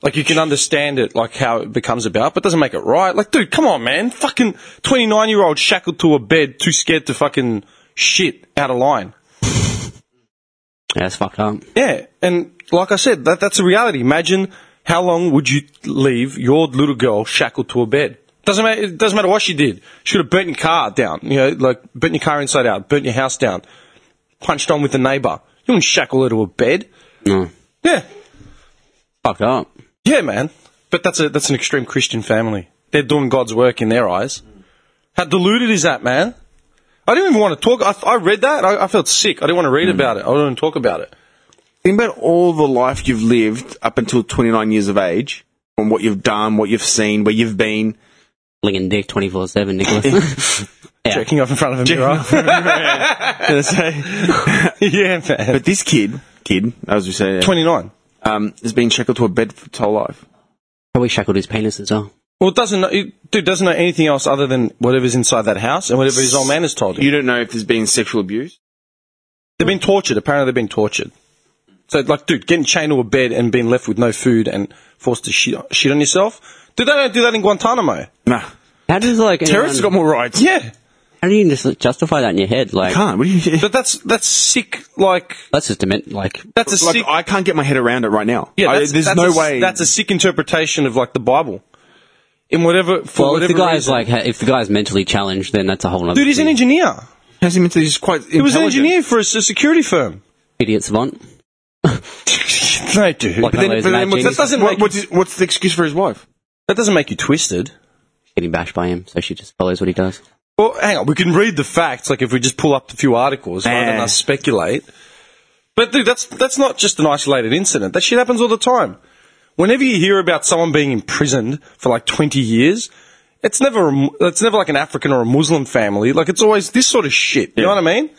D: Like you can understand it, like how it becomes about, but doesn't make it right. Like, dude, come on, man, fucking twenty nine year old shackled to a bed, too scared to fucking shit out of line.
F: Yeah, that's fucked up.
D: Yeah, and like I said, that that's a reality. Imagine how long would you leave your little girl shackled to a bed? Doesn't matter. It doesn't matter what she did. She could have burnt your car down. You know, like burnt your car inside out, burnt your house down, punched on with the neighbour. You wouldn't shackle her to a bed.
F: No.
D: Yeah,
F: Fucked up.
D: yeah, man. But that's a that's an extreme Christian family. They're doing God's work in their eyes. How deluded is that, man? I didn't even want to talk. I, I read that. I, I felt sick. I didn't want to read about it. I didn't want to talk about it.
E: Think about all the life you've lived up until 29 years of age, and what you've done, what you've seen, where you've been.
F: Licking dick 24 7, Nicholas.
D: Checking off in front of a mirror. yeah, man.
E: But this kid, kid, as we say,
D: 29.
E: um, has been shackled to a bed for his whole life.
F: Probably shackled his penis as well.
D: Well, it doesn't know, it, dude doesn't know anything else other than whatever's inside that house and whatever his old man has told him.
E: You don't know if there's been sexual abuse.
D: they've been tortured. Apparently, they've been tortured. So, like, dude, getting chained to a bed and being left with no food and forced to shit, shit on yourself. Dude, they don't do that in Guantanamo.
E: Nah.
F: How does like
E: Terrorists
F: anyone-
E: got more rights.
D: Yeah,
F: How do you just justify that in your head? Like
E: Can't. What do you,
D: but that's that's sick. Like,
F: that's just meant like
D: that's a
E: like,
D: sick.
E: I can't get my head around it right now.
D: yeah,
E: I-
D: that's,
E: there's
D: that's
E: no
D: a,
E: way.
D: That's a sick interpretation of like the Bible. In whatever, for
F: well, if
D: whatever
F: the guy's
D: reason.
F: like ha- if the guy's mentally challenged, then that's a whole other
D: dude, he's an engineer.
E: How's he meant to- he's quite.
D: He was an engineer for a s- a security firm.
F: idiot savant.
D: no, dude. But then-
F: Like one of those
D: but
F: mad
D: then what's- that
F: geniuses.
D: doesn't
E: What,
D: make
E: what's, his- what's the excuse for his wife?
D: that doesn't make you twisted.
F: Getting bashed by him, so she just follows what he does.
D: Well, hang on. We can read the facts. Like if we just pull up a few articles rather than
E: Nah.
D: us speculate. But dude, that's that's not just an isolated incident. That shit happens all the time. Whenever you hear about someone being imprisoned for like twenty years, it's never a mu- it's never like an African or a Muslim family. Like it's always this sort of shit. You know what I mean?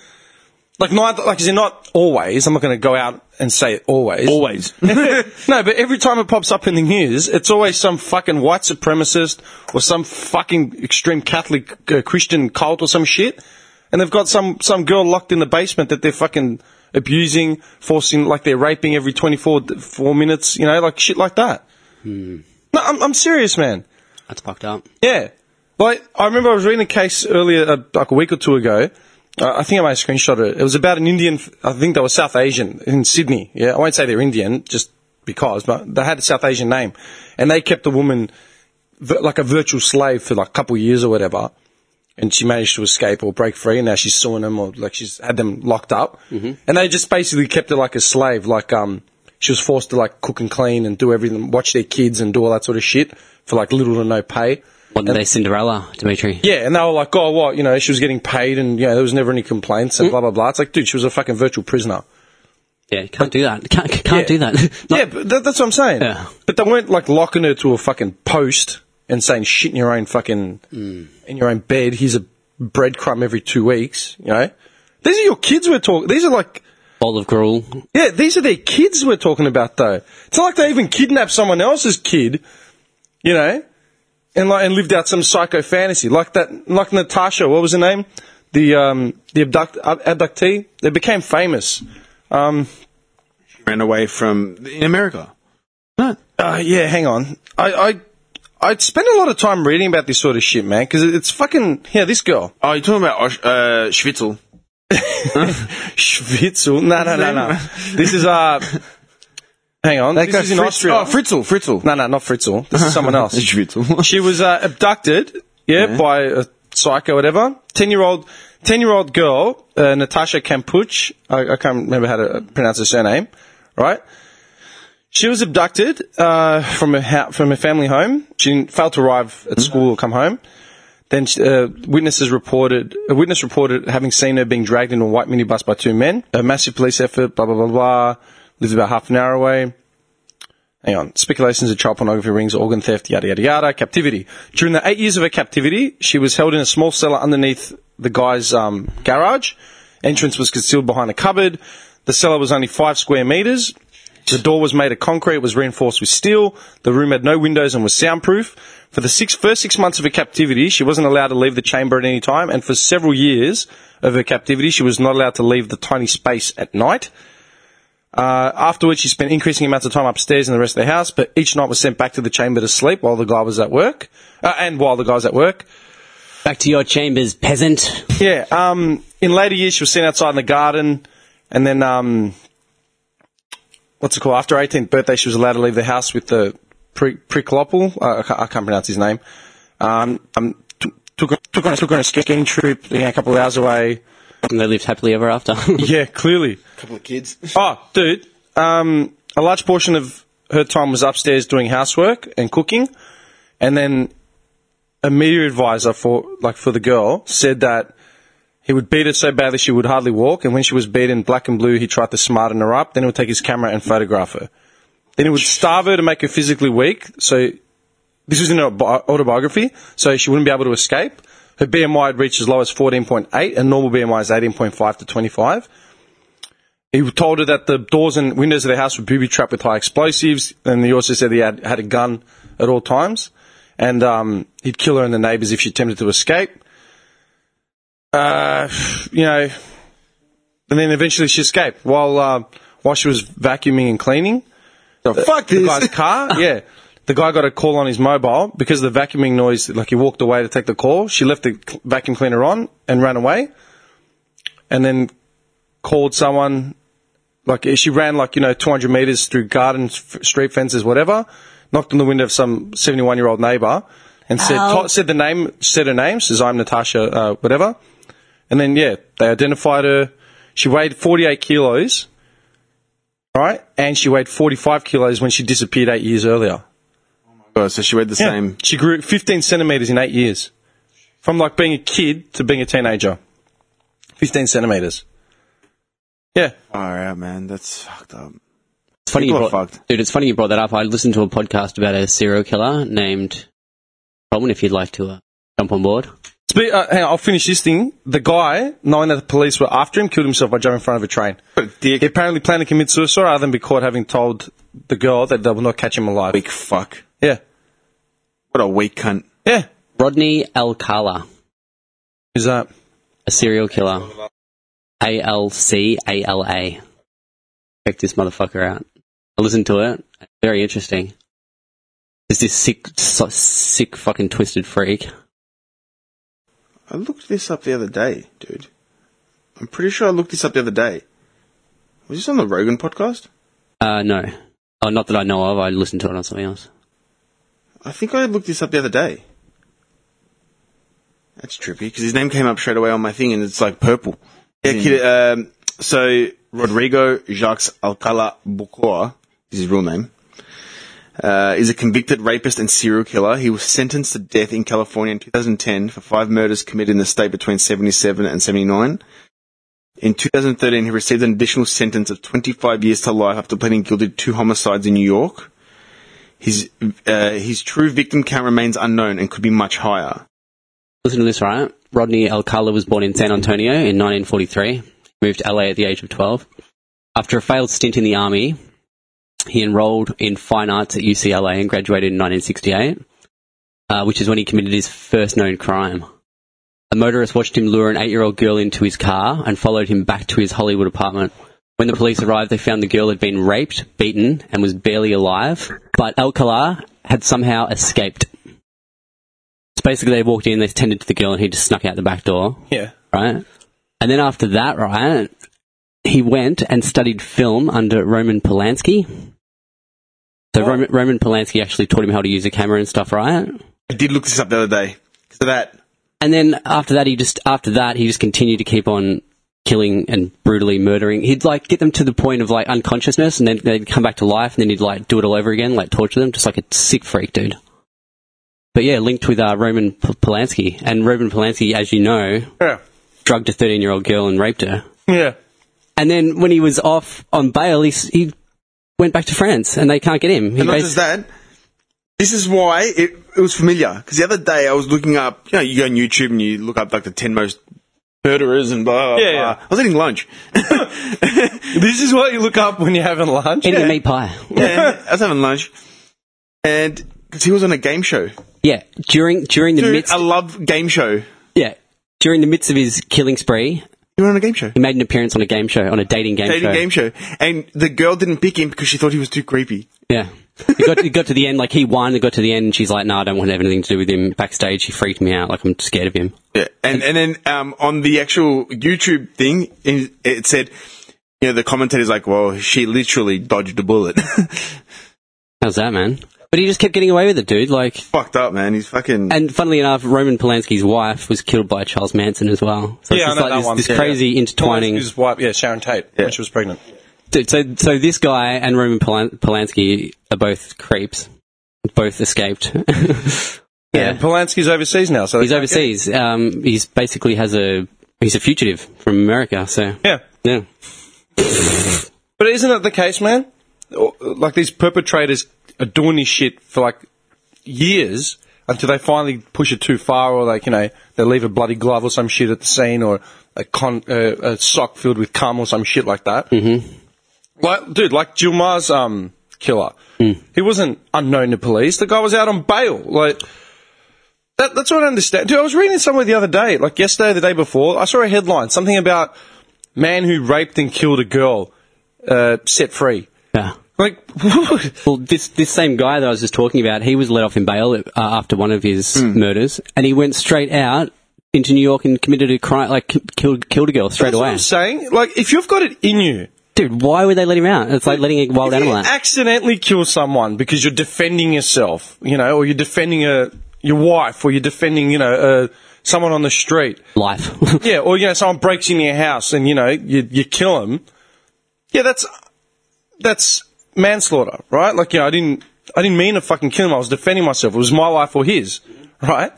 D: Like neither, like is it not always? I'm not going to go out and say it always.
E: Always.
D: no, but every time it pops up in the news, it's always some fucking white supremacist or some fucking extreme Catholic uh, Christian cult or some shit, and they've got some some girl locked in the basement that they're fucking abusing, forcing like they're raping every 24 d- four minutes, you know, like shit like that. No, I'm, I'm serious, man.
F: That's fucked up.
D: Yeah. Like, I remember I was reading a case earlier, uh, like a week or two ago. Uh, I think I might have screenshot it. It was about an Indian, I think they were South Asian in Sydney. Yeah. I won't say they're Indian just because, but they had a South Asian name. And they kept a woman vi- like a virtual slave for like a couple of years or whatever. And she managed to escape or break free. And now she's suing them or like she's had them locked up. And they just basically kept her like a slave. Like, um, she was forced to like cook and clean and do everything, watch their kids and do all that sort of shit for like little to no pay.
F: What did they Cinderella, Dimitri?
D: Yeah, and they were like, oh, what? You know, she was getting paid and, you know, there was never any complaints
F: Mm.
D: and blah, blah, blah. It's like, dude, she was a fucking virtual prisoner.
F: Yeah, can't do that. Can't can't
D: Yeah.
F: do that. Not-
D: yeah, but that, that's what I'm saying.
F: Yeah.
D: But they weren't like locking her to a fucking post and saying shit in your own fucking,
F: Mm.
D: in your own bed. Here's a breadcrumb every two weeks, you know? These are your kids we're talking, these are like,
F: bowl of gruel.
D: yeah, these are their kids we're talking about though. It's not like they even kidnapped someone else's kid, you know, and like and lived out some psycho fantasy like that, like Natasha. What was her name? The um the abduct ab- abductee. They became famous. Um,
E: Ran away from in America.
D: uh, yeah, hang on. I I I spend a lot of time reading about this sort of shit, man, because it's fucking yeah. This girl
E: Oh, you're talking about Osh- uh, Schwitzel.
D: Schwitzel. No, no, no, no. This is uh. Hang on. This is in Austria.
E: Oh, Fritzel, Fritzel.
D: no, no, not Fritzl. This is someone else.
E: Schwitzel.
D: she was uh, abducted, yeah, by a psycho, whatever. Ten year old, ten year old girl, uh, Natasha Kampuch. I, I can't remember how to pronounce her surname, right? She was abducted uh, from her hou- from her family home. She didn't- failed to arrive at school or come home. Then uh, witnesses reported a witness reported having seen her being dragged in a white minibus by two men. A massive police effort, blah blah blah blah. Lived about half an hour away. Hang on. Speculations of child pornography rings, organ theft, yada, yada, yada. Captivity. During the eight years of her captivity, she was held in a small cellar underneath the guy's um, garage. Entrance was concealed behind a cupboard. The cellar was only five square meters. The door was made of concrete, was reinforced with steel. The room had no windows and was soundproof. For the six, first six months of her captivity, she wasn't allowed to leave the chamber at any time, and for several years of her captivity, she was not allowed to leave the tiny space at night. Uh, afterwards, she spent increasing amounts of time upstairs in the rest of the house, but each night was sent back to the chamber to sleep while the guy was at work, uh, and while the guy was at work.
F: Back to your chambers, peasant.
D: Yeah. Um, in later years, she was seen outside in the garden, and then um, what's it called? After her 18th birthday, she was allowed to leave the house with the pre- preclopal. Uh, I, can't, I can't pronounce his name. Um, um, t- took, her- took, her on, took her on a skiing trip, you know, a couple of hours away.
F: And they lived happily ever after.
D: Yeah, clearly.
E: couple of kids.
D: Oh, dude. Um, a large portion of her time was upstairs doing housework and cooking, and then a media advisor for like for the girl said that he would beat her so badly she would hardly walk, and when she was beaten black and blue, he tried to smarten her up. Then he would take his camera and photograph her. Then he would starve her to make her physically weak. So this was in her bi- autobiography, so she wouldn't be able to escape. Her BMI had reached as low as 14.8, and normal BMI is 18.5 to 25. He told her that the doors and windows of the house were booby trapped with high explosives, and he also said he had, had a gun at all times, and um, he'd kill her and the neighbors if she attempted to escape. Uh, you know, and then eventually she escaped while uh, while she was vacuuming and cleaning.
E: fuck
D: the
E: this.
D: guy's car. Yeah, the guy got a call on his mobile because of the vacuuming noise. Like he walked away to take the call. She left the cl- vacuum cleaner on and ran away, and then called someone. Like she ran like you know 200 meters through gardens, f- street fences, whatever. Knocked on the window of some 71 year old neighbor and said
G: Ow.
D: to- said the name said her name. Says I'm Natasha, uh, whatever. And then yeah, they identified her. She weighed 48 kilos, right? And she weighed 45 kilos when she disappeared eight years earlier.
E: Oh, so she read the
D: Yeah.
E: same.
D: She grew 15 centimeters in eight years, from like being a kid to being a teenager. 15 centimeters. Yeah.
E: All right, Oh, man, that's fucked up.
F: It's funny you
E: People are
F: brought,
E: fucked.
F: dude. It's funny you brought that up. I listened to a podcast about a serial killer named Coleman. If you'd like to uh, jump on board,
D: Spe- uh, hang on, I'll finish this thing. The guy, knowing that the police were after him, killed himself by jumping in front of a train. He apparently planned to commit suicide rather than be caught having told the girl that they will not catch him alive.
E: Weak fuck.
D: Yeah.
E: What a weak cunt.
D: Yeah.
F: Rodney Alcala,
D: Is that?
F: a serial killer. A L C A L A. Check this motherfucker out. I listened to it. Very interesting. Is this sick, so, sick, fucking twisted freak?
E: I looked this up the other day, dude. I'm pretty sure I looked this up the other day. Was this on the Rogan podcast?
F: Uh, no. Oh, not that I know of. I listened to it on something else.
E: I think I looked this up the other day. That's trippy because his name came up straight away on my thing, and it's like purple. Yeah, kid. Um, so Rodrigo Jacques Alcala Bucor is his real name. Uh, is a convicted rapist and serial killer. He was sentenced to death in California in 2010 for five murders committed in the state between 77 and 79. In 2013, he received an additional sentence of 25 years to life after pleading guilty to two homicides in New York. His uh, his true victim count remains unknown and could be much higher.
F: Listen to this, right? Rodney Alcala was born in San Antonio in 1943, moved to LA at the age of 12. After a failed stint in the army, he enrolled in fine arts at UCLA and graduated in 1968, uh, which is when he committed his first known crime. A motorist watched him lure an eight year old girl into his car and followed him back to his Hollywood apartment. When the police arrived, they found the girl had been raped, beaten, and was barely alive, but Alcala had somehow escaped. So basically, they walked in, they tended to the girl, and he just snuck out the back door,
D: Yeah.
F: right? And then after that, right, he went and studied film under Roman Polanski. So Roman, Roman Polanski actually taught him how to use a camera and stuff, right?
E: I did look this up the other day. So that
F: And then after that, he just after that he just continued to keep on killing and brutally murdering. He'd like get them to the point of like unconsciousness, and then they'd come back to life, and then he'd like do it all over again, like torture them, just like a sick freak, dude. But yeah, linked with uh, Roman P- Polanski, and Roman Polanski, as you know,
D: Yeah.
F: drugged a thirteen-year-old girl and raped her.
D: Yeah.
F: And then when he was off on bail, he, s- he went back to France and they can't get him. He
E: And not
F: bas-
E: just that, this is why it, it was familiar. Because the other day I was looking up, you know, you go on YouTube and you look up like the 10 most murderers and blah, blah,
D: Yeah, yeah.
E: blah. I was eating lunch.
D: This is what you look up when you're having lunch.
F: eating a meat pie.
E: yeah, I was having lunch. And because he was on a game show.
F: Yeah, during during the
E: Dude,
F: midst,
E: I love game show.
F: yeah, during the midst of his killing spree,
E: You were on a game show.
F: he made an appearance on a game show, on a dating game
E: Dating
F: show.
E: game show. And the girl didn't pick him because she thought he was too creepy.
F: Yeah. It got, it got to the end, like he won, it got to the end, and she's like, no, I don't want to have anything to do with him. Backstage, he freaked me out, like I'm scared of him.
E: Yeah. And, and then um, on the actual YouTube thing, it, it said, you know, the commentator's like, well, she literally dodged a bullet.
F: How's that, man? But he just kept getting away with it, dude. Like,
E: Fucked up, man. He's fucking.
F: and funnily enough, Roman Polanski's wife was killed by Charles Manson as well. So
D: Yeah, I
F: it's just
D: know
F: like
D: that
F: this,
D: one.
F: this
D: Yeah,
F: crazy
D: yeah.
F: intertwining.
D: His wife, yeah, Sharon Tate, when she was pregnant.
F: Dude, so, so this guy and Roman Polan- Polanski are both creeps. Both escaped.
D: Yeah, Polanski's overseas now, so
F: He's overseas. Um, he's basically has a, he's a fugitive from America, so,
D: Yeah,
F: yeah.
D: but isn't that the case, man? Or- Like these perpetrators are doing this shit for like years until they finally push it too far, or like you know they leave a bloody glove or some shit at the scene, or a con uh, a sock filled with cum or some shit like that. Mm-hmm. Like, dude, like Jill Mars, um, killer. He wasn't unknown to police. The guy was out on bail. Like. That, that's what I understand. Dude, I was reading somewhere the other day, like yesterday or the day before, I saw a headline, something about man who raped and killed a girl uh, set free.
F: Yeah.
D: Like,
F: Well, this this same guy that I was just talking about, he was let off in bail uh, after one of his
D: Hmm.
F: murders, and he went straight out into New York and committed a crime, like ki- killed killed a girl straight
D: that's what
F: away.
D: I'm saying. Like, if you've got it in you,
F: Dude, why would they let him out? It's like letting a wild
D: if you
F: animal out.
D: accidentally kill someone because you're defending yourself, you know, or you're defending a your wife, or you're defending, you know, uh, someone on the street.
F: Life.
D: Yeah, or you know, someone breaks in your house and you know you you kill them. Yeah, that's that's manslaughter, right? Like, you know, I didn't I didn't mean to fucking kill him. I was defending myself. It was my life or his, right?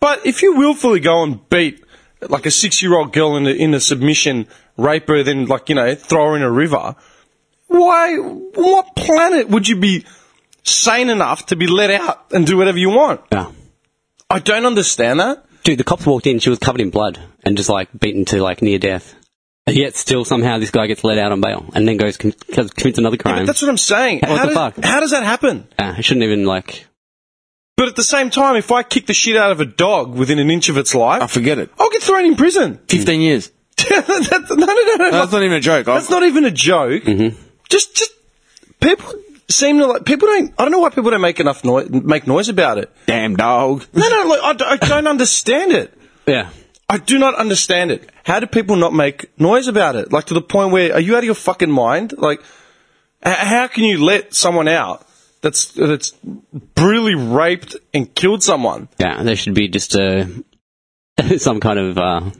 D: But if you willfully go and beat like a six year old girl in a, in a submission, rape her, then like you know throw her in a river, why? What planet would you be sane enough to be let out and do whatever you want?
F: yeah.
D: I don't understand that.
F: Dude, the cops walked in. She was covered in blood and just like beaten to like near death. And yet, still somehow this guy gets let out on bail and then goes com- co- commits another crime.
D: That's what I'm saying.
F: What
D: how
F: the
D: does,
F: fuck?
D: How does that happen?
F: Yeah, I shouldn't even like.
D: But at the same time, if I kick the shit out of a dog within an inch of its life,
E: I forget it.
D: I'll get thrown in prison.
E: 15 years.
D: That's- no, no, no, no.
E: No, that's not even a joke. Mm-hmm.
D: That's not even a joke. Just, just people seem to like people don't. I don't know why people don't make enough noise, make noise about it.
E: damn dog.
D: No, no, like, I d- I, don't understand it.
F: Yeah.
D: I do not understand it. How do people not make noise about it? Like to the point where are you out of your fucking mind? Like, h- how can you let someone out that's that's brutally raped and killed someone?
F: Yeah. There should be just uh, some kind of uh,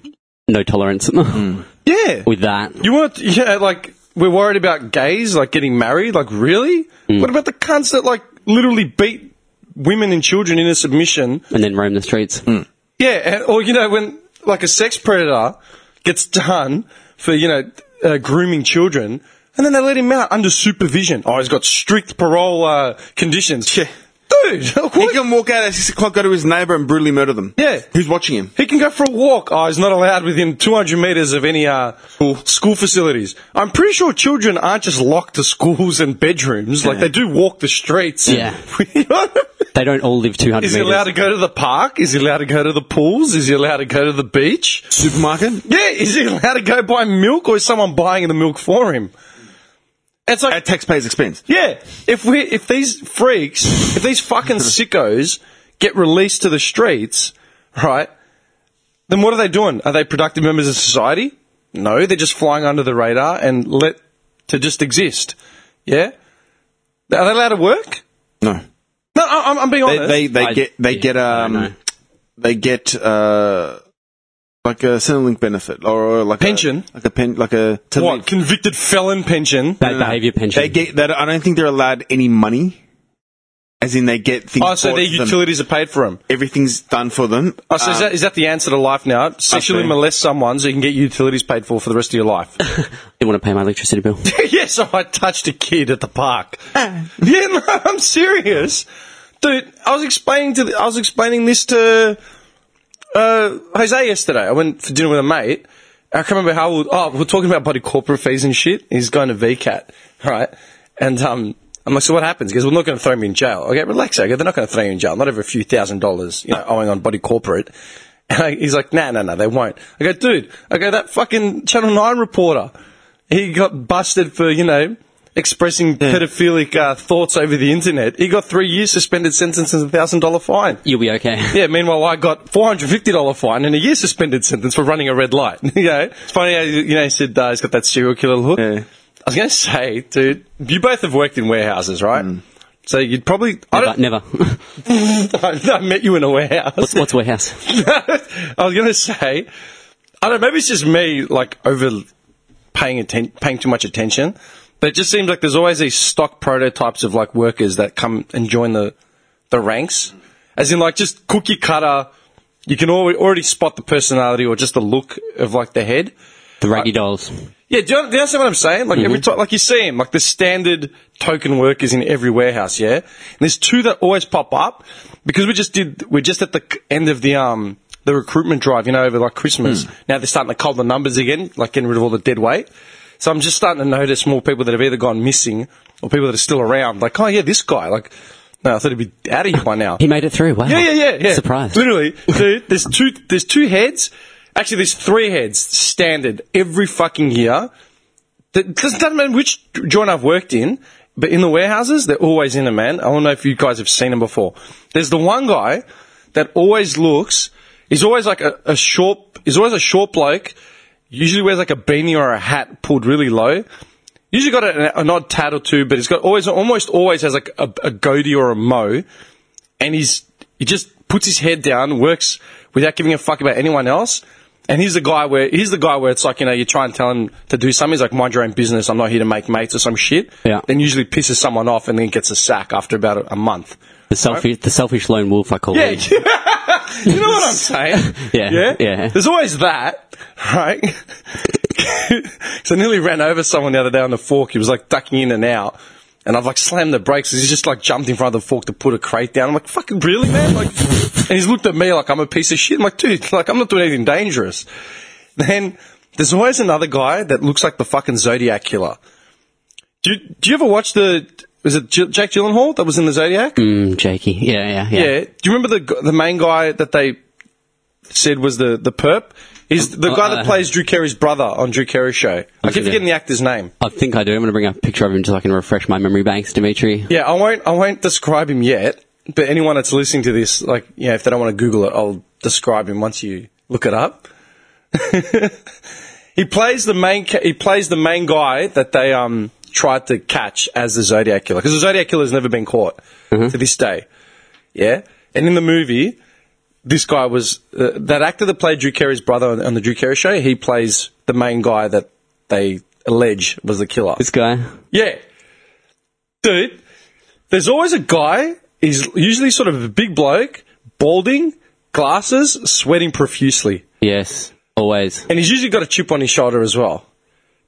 F: no tolerance
D: Hmm. Yeah,
F: with that.
D: You want, yeah, like, we're worried about gays, like, getting married? Like, really? What about the cunts that, like, literally beat women and children into submission?
F: and then roam the streets.
D: Hmm. Yeah, and, or, you know, when, like, a sex predator gets done for, you know, uh, grooming children, and then they let him out under supervision. Oh, he's got strict parole uh, conditions.
E: Yeah.
D: Dude, like,
E: He
D: what?
E: can walk out at 6 o'clock, go to his neighbour and brutally murder them.
D: Yeah.
E: Who's watching him?
D: He can go for a walk. Oh, he's not allowed within 200 metres of any uh, school facilities. I'm pretty sure children aren't just locked to schools and bedrooms. Like, they do walk the streets.
F: Yeah. They don't all live 200
D: Is he
F: meters.
D: allowed to go to the park? Is he allowed to go to the pools? Is he allowed to go to the beach?
E: Supermarket?
D: Yeah, is he allowed to go buy milk or is someone buying the milk for him? It's like,
E: At taxpayers' expense.
D: yeah, if we if these freaks, if these fucking sickos get released to the streets, right? Then what are they doing? Are they productive members of society? No, they're just flying under the radar and let to just exist. Yeah, are they allowed to work?
E: No.
D: No, Oh, I- I'm, I'm being
E: They,
D: honest.
E: they, they
F: I-
E: get, they
F: yeah,
E: get,
F: I know.
E: um, they get, uh, like a Centrelink benefit or, or like
D: Pension?
E: a, like a pen, like a to
D: what
E: live.
D: convicted felon pension?
F: Bad behaviour pension.
E: They get that. I don't think they're allowed any money. As in, they get things.
D: Oh, so
E: bought
D: their
E: for them.
D: utilities are paid for them.
E: Everything's done for them.
D: Oh, so is,
E: Um,
D: that, is that the answer to life now? Sexually
E: see.
D: molest someone so you can get utilities paid for for the rest of your life.
F: Didn't want to pay my electricity bill.
D: yeah, so I touched a kid at the park. yeah, no, I'm serious, dude. I was explaining to the, I was explaining this to uh, Jose yesterday. I went for dinner with a mate. I can't remember how. Old, oh, we're talking about bloody corporate fees and shit. He's going to VCAT, right? And um, I'm like, so what happens? Because we're not going to throw me in jail. Okay, relax. I go, they're not going to throw you in jail. Not over a few thousand dollars, you know, owing on body corporate. And I, he's like, nah, no, no, they won't. I go, dude. I go, that fucking Channel Nine reporter. He got busted for you know expressing pedophilic uh, thoughts over the internet. He got three years suspended sentence and a thousand dollar fine.
F: You'll be okay.
D: Yeah, meanwhile, I got $450 fine and a year suspended sentence for running a red light. you know, it's funny how, you know, he said uh, he's got that serial killer look.
E: Yeah.
D: I was going to say, dude, you both have worked in warehouses, right? So you'd probably. I
F: But
D: don't,
F: never.
D: I met you in a warehouse.
F: what's, what's warehouse?
D: I was going to say, I don't know, maybe it's just me, like, over paying, atten- paying too much attention. But it just seems like there's always these stock prototypes of, like, workers that come and join the, the ranks. As in, like, just cookie cutter. You can already, already spot the personality or just the look of, like, the head.
F: The Raggy Dolls.
D: Yeah, do you, do you understand what I'm saying? Like every time, like you see him, like the standard token workers in every warehouse, yeah. And there's two that always pop up because we just did, we're just at the c- end of the um the recruitment drive, you know, over like Christmas. Now they're starting to cull the numbers again, like getting rid of all the dead weight. So I'm just starting to notice more people that have either gone missing or people that are still around. Like, oh yeah, this guy. Like, no, I thought he'd be out of here by now.
F: He made it through. Wow.
D: Yeah, yeah, yeah, yeah.
F: Surprise.
D: Literally, dude, there's two. There's two heads. Actually, there's three heads standard every fucking year. That doesn't doesn't matter which joint I've worked in, but in the warehouses, they're always in a man. I don't know if you guys have seen him before. There's the one guy that always looks. He's always like a, a short. He's always a short bloke. Usually wears like a beanie or a hat pulled really low. Usually got an, an odd tat or two, but he's got always almost always has like a, a goatee or a mo and he's he just puts his head down, works without giving a fuck about anyone else. And he's the guy where he's the guy where it's like you know you try and tell him to do something. He's like, mind your own business. I'm not here to make mates or some shit.
F: Yeah.
D: Then usually pisses someone off and then gets a sack after about a, a month.
F: The selfish, the selfish lone wolf, I call
D: Yeah.
F: him.
D: you know what I'm saying?
F: Yeah, yeah.
D: There's always that, right? so I nearly ran over someone the other day on the fork. He was like ducking in and out. And I've like slammed the brakes. He's just like jumped in front of the fork to put a crate down. I'm like, fucking really, man? Like, and he's looked at me like I'm a piece of shit. I'm like, dude, like I'm not doing anything dangerous. Then there's always another guy that looks like the fucking Zodiac killer. Do you, do you ever watch the, was it J- Jack Gyllenhaal that was in the Zodiac?
F: Mm, Jakey. Yeah, yeah, yeah.
D: Yeah. Do you remember the g- the main guy that they said was the the perp? He's the guy that
F: uh,
D: plays Drew Carey's brother on Drew Carey's show. I keep
F: it,
D: forgetting
F: yeah.
D: the actor's name.
F: I think I do. I'm going to bring up a picture of him so I can refresh my memory banks, Dimitri.
D: Yeah, I won't I won't describe him yet. But anyone that's listening to this, like, yeah, if they don't want to Google it, I'll describe him once you look it up. he plays the main ca- he plays the main guy that they um tried to catch as the Zodiac killer because the Zodiac killer has never been caught to this day. Yeah, and in the movie, this guy was uh, that actor that played Drew Carey's brother on, on the Drew Carey show. He plays the main guy that they allege was the killer.
F: This guy.
D: Yeah. Dude, there's always a guy, he's usually sort of a big bloke, balding, glasses, sweating profusely.
F: Yes. Always.
D: And he's usually got a chip on his shoulder as well.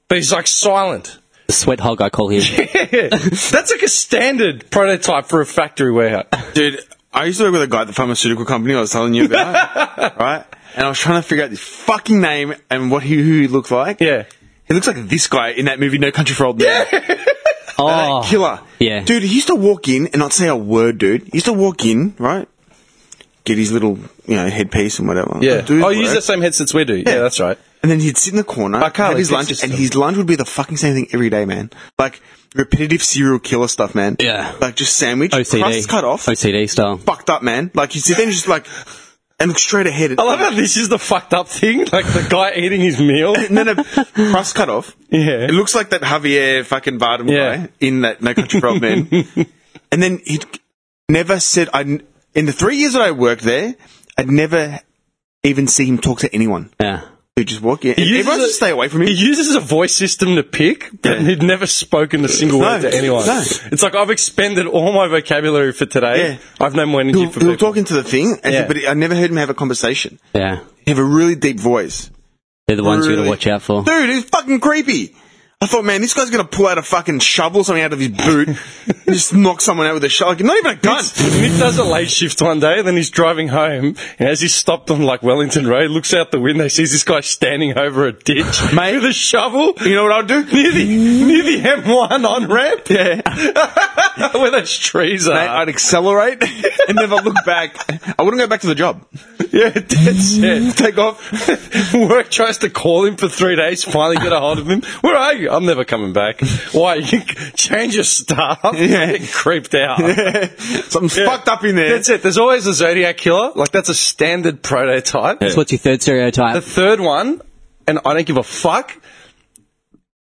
D: But he's like silent.
F: The sweat hog, I call him.
D: Yeah. That's like a standard prototype for a factory warehouse.
E: Dude, I used to work with a guy at the pharmaceutical company I was telling you about, right? And I was trying to figure out his fucking name and what he, who he looked like.
D: Yeah.
E: He looks like this guy in that movie No Country for Old Men. Uh,
F: Oh.
E: Killer.
F: Yeah.
E: Dude, he used to walk in and not say a word, dude. He used to walk in, right? Get his little, you know, headpiece and whatever.
D: Yeah.
E: Do his
D: Oh, you use
E: work.
D: the same headsets we do. Yeah, that's right.
E: And then he'd sit in the corner,
D: I can't
E: have his
D: like
E: lunch,
D: this
E: and
D: stuff.
E: his lunch would be the fucking same thing every day, man. Like repetitive serial killer stuff, man.
F: Yeah.
E: Like just sandwich,
F: OCD.
E: crust cut off,
F: OCD style.
E: fucked up, man. Like he'd sit there and just like and look straight ahead.
D: I love how this is the fucked up thing. Like the guy eating his meal.
E: no, no, crust cut off.
D: Yeah.
E: It looks like that Javier fucking Bardem
D: Yeah.
E: guy in that No Country for Old Men. and then he never said, I, in the three years that I worked there, I'd never even see him talk to anyone.
F: Yeah.
E: who just walk in.
D: uses
E: Everyone
D: a-
E: just stay away from him.
D: He uses a voice system to pick, but
E: Yeah.
D: he'd never spoken a single
E: No,
D: word to anyone.
E: no.
D: It's like I've expended all my vocabulary for today.
E: Yeah.
D: I've no more energy
E: He'll,
D: for
E: he'll
D: people.
E: talk into the thing, and
D: Yeah.
E: but I never heard him have a conversation.
F: Yeah.
E: He have a really deep voice.
F: They're the ones you got to
E: Really?
F: watch out for.
E: Dude, it's fucking creepy. I thought, man, this guy's gonna pull out a fucking shovel, or something out of his boot, and just knock someone out with a shovel. Like, not even a gun.
D: Nick does a late shift one day, and then he's driving home, and as he's stopped on like Wellington Road, looks out the window, sees this guy standing over a ditch
E: Mate.
D: with a shovel
E: You know what I'll do?
D: near the near the M1 on ramp.
E: Yeah.
D: where those trees
E: Mate,
D: are.
E: I'd accelerate and never look back. I wouldn't go back to the job.
D: yeah, that's it.
E: Take off.
D: Work tries to call him for three days, finally get a hold of him. Where are you? I'm never coming back. Why? You change your staff.
E: Yeah.
D: Get creeped out.
E: Something's
D: Yeah.
E: fucked up in there.
D: That's it. There's always a Zodiac killer. Like, that's a standard prototype.
F: So what's your third
D: The
F: stereotype?
D: third one, and I don't give a fuck.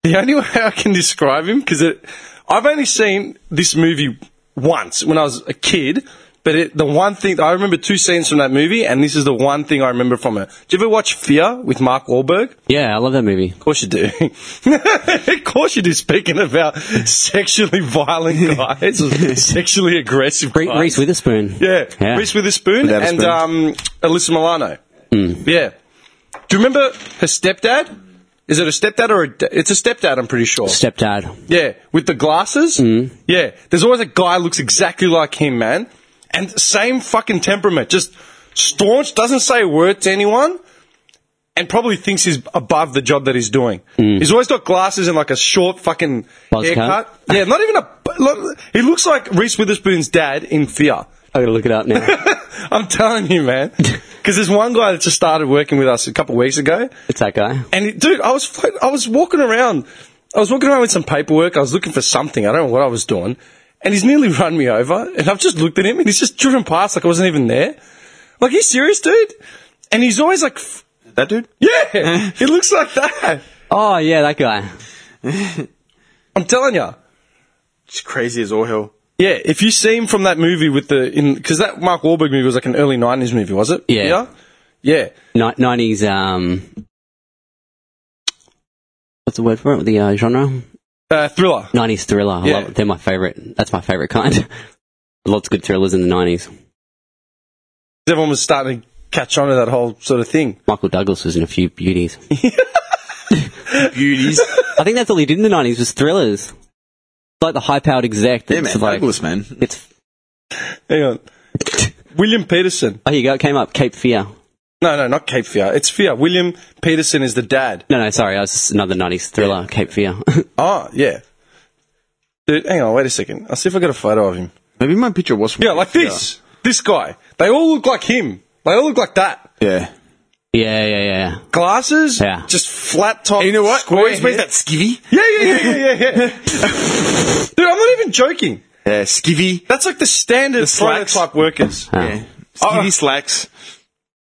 D: The only way I can describe him, because I've only seen this movie once when I was a kid, but it, the one thing, I remember two scenes from that movie, and this is the one thing I remember from it. Do you ever watch Fear with Mark Wahlberg?
F: Yeah, I love that movie.
D: Of course you do. of course you do. Speaking about sexually violent guys, or sexually aggressive
F: Re-
D: guys.
F: Reese Witherspoon.
D: Yeah.
F: Yeah.
D: Reese Witherspoon
E: Without a
D: and
E: spoon. Hmm.
D: um, Alyssa Milano. Yeah. Do you remember her stepdad? Is it a stepdad or a da- it's a stepdad? I'm pretty sure.
F: Stepdad.
D: yeah, with the glasses.
E: Hmm.
D: Yeah, there's always a guy looks exactly like him, man, and same fucking temperament. Just staunch, doesn't say a word to anyone, and probably thinks he's above the job that he's doing.
E: Hmm.
D: He's always got glasses and like a short fucking
F: Buzz
D: haircut. Yeah, not even a. look, He looks like Reese Witherspoon's dad in Fear.
F: I gotta look it up now.
D: I'm telling you, man. Because there's one guy that just started working with us a couple of weeks ago,
F: it's that guy.
D: and he- dude, I was fl- I was walking around, I was walking around with some paperwork. I was looking for something. I don't know what I was doing, and he's nearly run me over. And I've just looked at him, and he's just driven past like I wasn't even there. Like, are you serious, dude? And he's always like, f-
E: That dude?
D: yeah, he looks like that.
F: Oh yeah, that guy.
D: I'm telling you.
E: It's crazy as all hell.
D: Yeah, if you see him from that movie with the in because that Mark Wahlberg movie was like an early '90s movie, was it?
F: Yeah.
D: yeah.
F: Nineties. Um, what's the word for it? The uh, genre.
D: Uh, thriller.
F: Nineties thriller. I
D: Yeah.
F: love it. They're my favorite. That's my favorite kind. Lots of good thrillers in the nineties.
D: Everyone was starting to catch on to that whole sort of thing.
F: Michael Douglas was in a few beauties.
E: Beauties.
F: I think that's all he did in the nineties was thrillers. Like the high-powered exec.
E: yeah,
F: That's
E: man.
F: like,
E: Douglas, man.
F: It's
D: Hang on. William Peterson.
F: oh, here you go. It came up. Cape Fear.
D: No, no, not Cape Fear. It's Fear. William Peterson is the dad.
F: No, no, sorry. I was just another nineties thriller. Cape Fear.
D: Oh, yeah. Dude, hang on, wait a second. I'll see if I got a photo of him.
E: Maybe my picture was from
D: Yeah, like this. This guy. They all look like him. They all look like that.
E: Yeah.
F: yeah, yeah, yeah.
D: Glasses,
F: Yeah.
D: just flat top.
E: You know what?
D: Oh, square
E: Always made
D: head.
E: that skivvy.
D: Yeah, yeah, yeah, yeah, yeah, yeah. Dude, I'm not even joking.
E: Yeah, skivvy.
D: That's like the standard
E: slacks.
D: prototype workers.
F: Oh.
E: Yeah. Skivvy slacks.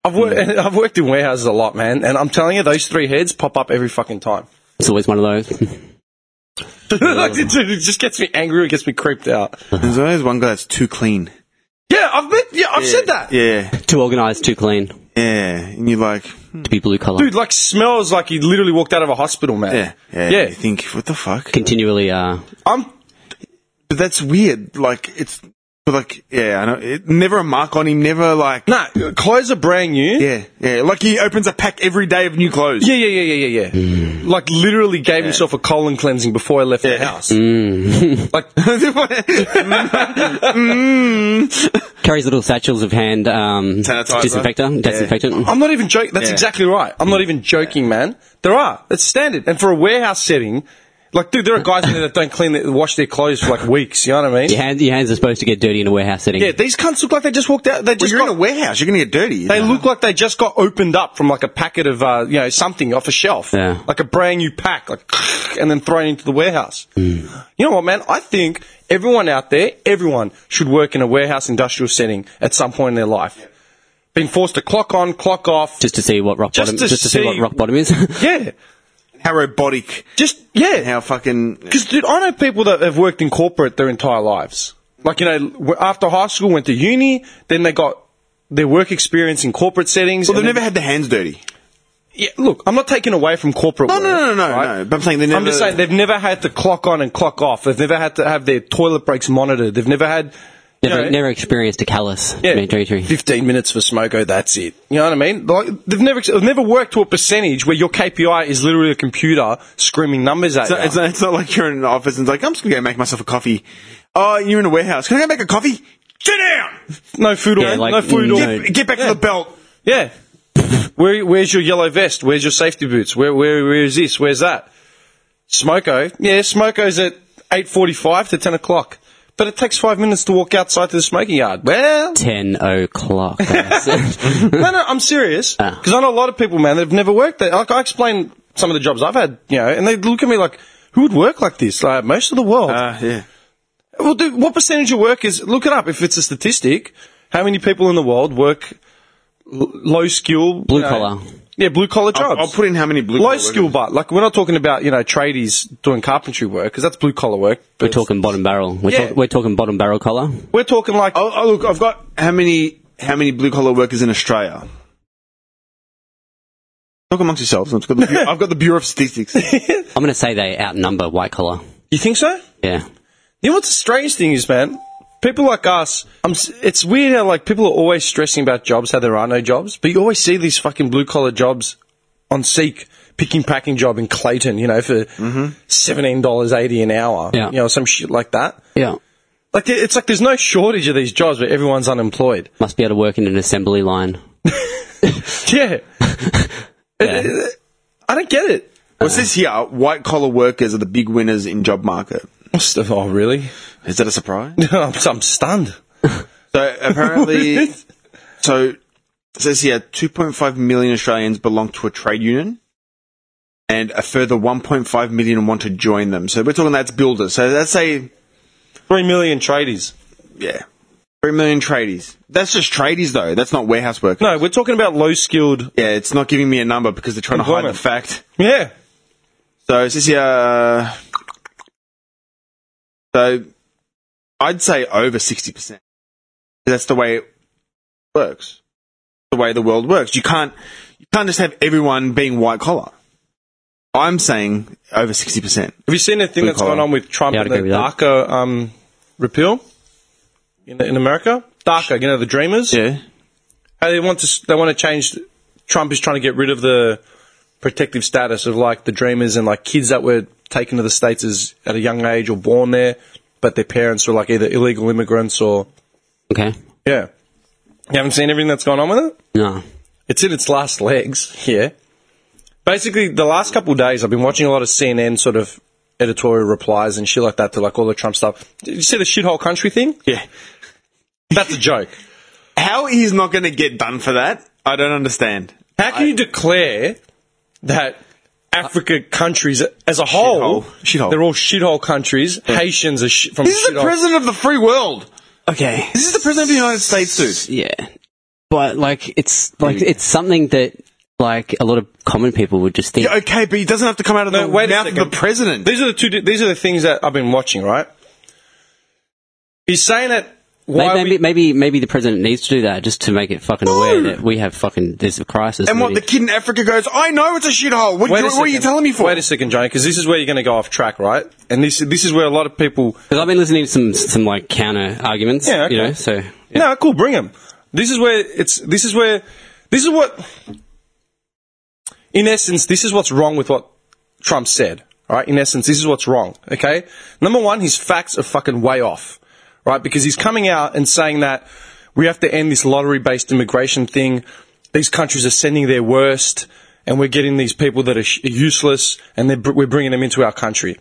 D: I've, wor- I've worked in warehouses a lot, man, and I'm telling you, those three heads pop up every fucking time.
F: It's always one of those.
D: like, it, it just gets me angry. It gets me creeped out.
E: There's always one guy that's too clean.
D: Yeah, I've met. Yeah, I've said that.
E: Yeah.
F: too organized, too clean
E: Yeah. And you're like,
F: to be blue collar.
D: Dude, like smells like he literally walked out of a hospital, man.
E: yeah. Yeah.
D: Yeah.
E: You think, what the fuck?
F: Continually, uh,
D: I'm.
E: But that's weird. Like, it's, but like, yeah, I know. It, never a mark on him. Never like,
D: Nah, clothes are brand new.
E: yeah. Yeah. Like he opens a pack every day of new clothes.
D: Yeah, yeah, yeah, yeah, yeah, yeah.
E: Mm.
D: Like literally gave himself a colon cleansing before I left the house.
E: Mm.
D: like,
F: carries little satchels of hand um,
E: Sanitizer.
F: disinfectant, disinfectant.
D: I'm not even joking. That's
E: Yeah.
D: exactly right. I'm not even joking, man. There are. That's standard. And for a warehouse setting, like, dude, there are guys in there that don't clean, their, wash their clothes for like weeks. You know what I mean?
F: Your, hand, your hands are supposed to get dirty in a warehouse setting.
D: Yeah, these cunts look like they just walked out. They
E: Well,
D: just
E: you're in
D: got-
E: a warehouse. You're going to get dirty.
D: They look like they just got opened up from like a packet of uh, you know something off a shelf,
F: Yeah.
D: like a brand new pack, like and then thrown into the warehouse.
E: Hmm.
D: You know what, man? I think everyone out there, everyone should work in a warehouse industrial setting at some point in their life. Being forced to clock on, clock off.
F: Just to see what rock
D: Just
F: bottom.
D: to
F: just to see, what
D: see-
F: rock bottom is.
D: yeah,
E: how robotic.
D: just yeah.
E: How fucking.
D: Because, dude, I know people that have worked in corporate their entire lives. Like, you know, w- after high school, went to uni, then they got their work experience in corporate settings.
E: Well, they've
D: and
E: never
D: then-
E: had their hands dirty.
D: yeah, look, I'm not taking away from corporate.
E: No,
D: work,
E: no, no, no, no,
D: right?
E: no. But I'm saying they never.
D: I'm just saying they've never had to clock on and clock off. They've never had to have their toilet breaks monitored. They've never had you
F: Never,
D: know,
F: never experienced a callus.
D: yeah,
F: Dmitry.
D: 15 minutes for smoko. That's it. You know what I mean? Like they've never they've never worked to a percentage where your KPI is literally a computer screaming numbers at
E: It's not,
D: you.
E: it's, not, it's not like you're in an office and it's like, I'm just going to go make myself a coffee. Oh, you're in a warehouse. Can I go make a coffee? Get down!
D: no food
F: Yeah,
D: or
F: like,
D: no food
F: no.
D: or
E: Get, get back
D: Yeah.
E: to the belt.
D: Yeah. Where, where's your yellow vest? Where's your safety boots? Where, where, where is this? Where's that? Smoko. Yeah, Smoko's at 8.45 to 10 o'clock. But it takes five minutes to walk outside to the smoking yard. Well,
F: 10 o'clock. guys.
D: no, no, I'm serious.
F: Ah.
D: Because I know a lot of people, man, they've never worked there. Like, I explain some of the jobs I've had, you know, and they look at me like, who would work like this? Like, most of the world.
F: Ah.
E: Uh, yeah.
D: Well, dude, what percentage of work is? Look it up. If it's a statistic, how many people in the world work l- low skill,
F: Blue
D: you know-
F: collar.
D: Yeah, blue collar jobs.
E: I'll put in how many blue
D: low
E: collar
D: skill,
E: workers.
D: but like we're not talking about you know tradies doing carpentry work because that's blue collar work. But
F: we're talking bottom barrel. We're,
D: Yeah.
F: talk- we're talking bottom barrel collar.
D: we're talking like
E: Oh, oh, look, I've got how many how many blue collar workers in Australia? Talk amongst yourselves. I've got the, Bu- I've got the Bureau of Statistics.
F: I'm going to say they outnumber white collar.
D: you think so?
F: Yeah.
D: You know what the strange thing is, man? People like us, I'm, s- it's weird how like people are always stressing about jobs, how there are no jobs, but you always see these fucking blue collar jobs on Seek, picking packing job in Clayton, you know, for seventeen dollars eighty an hour,
F: Yeah.
D: you know, some shit like that.
F: Yeah.
D: Like it- it's like there's no shortage of these jobs, but everyone's unemployed.
F: Must be able to work in an assembly line.
D: Yeah,
F: Yeah.
D: I don't get it.
E: What's this here? White collar workers are the big winners in job market.
D: What's the- Oh, really?
E: Is that a surprise?
D: I'm, I'm stunned.
E: So apparently, so it says here, 2.5 million Australians belong to a trade union, and a further 1.5 million want to join them. So we're talking that's builders. So let's say,
D: Three million tradies.
E: yeah, three million tradies. That's just tradies though. That's not warehouse workers.
D: No, we're talking about low skilled.
E: Yeah, it's not giving me a number because they're trying to hide
D: Employment.
E: the fact.
D: Yeah.
E: So it says here, uh, so I'd say over sixty percent. That's the way it works. The way the world works. You can't you can't just have everyone being white collar. I'm saying over sixty percent.
D: Have you seen the thing
E: Blue
D: that's
E: collar.
D: going on with Trump
F: Yeah, I'd
D: and the
F: agree with that.
D: DACA um, repeal in, in America? DACA, you know, the Dreamers.
E: Yeah.
D: How they want to s- they want to change. Trump is trying to get rid of the protective status of like the Dreamers and like kids that were taken to the states as at a young age or born there, but their parents were like either illegal immigrants or
F: Okay.
D: yeah. You haven't seen everything that's gone on with it.
F: No.
D: It's in its last legs here. Basically, the last couple of days, I've been watching a lot of CNN sort of editorial replies and shit like that to like all the Trump stuff. Did you see the shithole country thing?
E: Yeah.
D: That's a joke.
E: How he's not going to get done for that? I don't understand.
D: How can you declare that Africa countries as a whole,
E: Shithole. Shithole.
D: they're all shithole countries? Haitians are sh- from
E: This is the
D: shithole-
E: president of the free world.
F: Okay.
E: This is the president of the United States, dude.
F: Yeah. But like, it's like, it's something that like a lot of common people would just think.
E: Yeah, okay, but he doesn't have to come out of
D: No,
E: the
D: wait a
E: mouth of the
D: second.
E: president.
D: These are the two. di- These are the things that I've been watching. Right? He's saying that. Why
F: Maybe,
D: we-
F: maybe, maybe maybe the president needs to do that just to make it fucking aware that we have fucking there's a crisis.
E: And
F: we
E: what the
F: need-
E: kid in Africa goes, I know it's a shithole. What,
D: Wait
E: do-
D: a
E: what are you
D: second.
E: telling me for?
D: Wait a second, Johnny, because this is where you're going to go off track, right? And this this is where a lot of people.
F: 'Cause I've been listening to some some like counter arguments.
D: Yeah, okay.
F: You know, so
D: No, cool, bring them. This is where it's. This is where. This is what. In essence, this is what's wrong with what Trump said. All right. In essence, this is what's wrong. Okay. Number one, his facts are fucking way off. Right, because he's coming out and saying that we have to end this lottery-based immigration thing. These countries are sending their worst, and we're getting these people that are sh- useless, and they're br- we're bringing them into our country.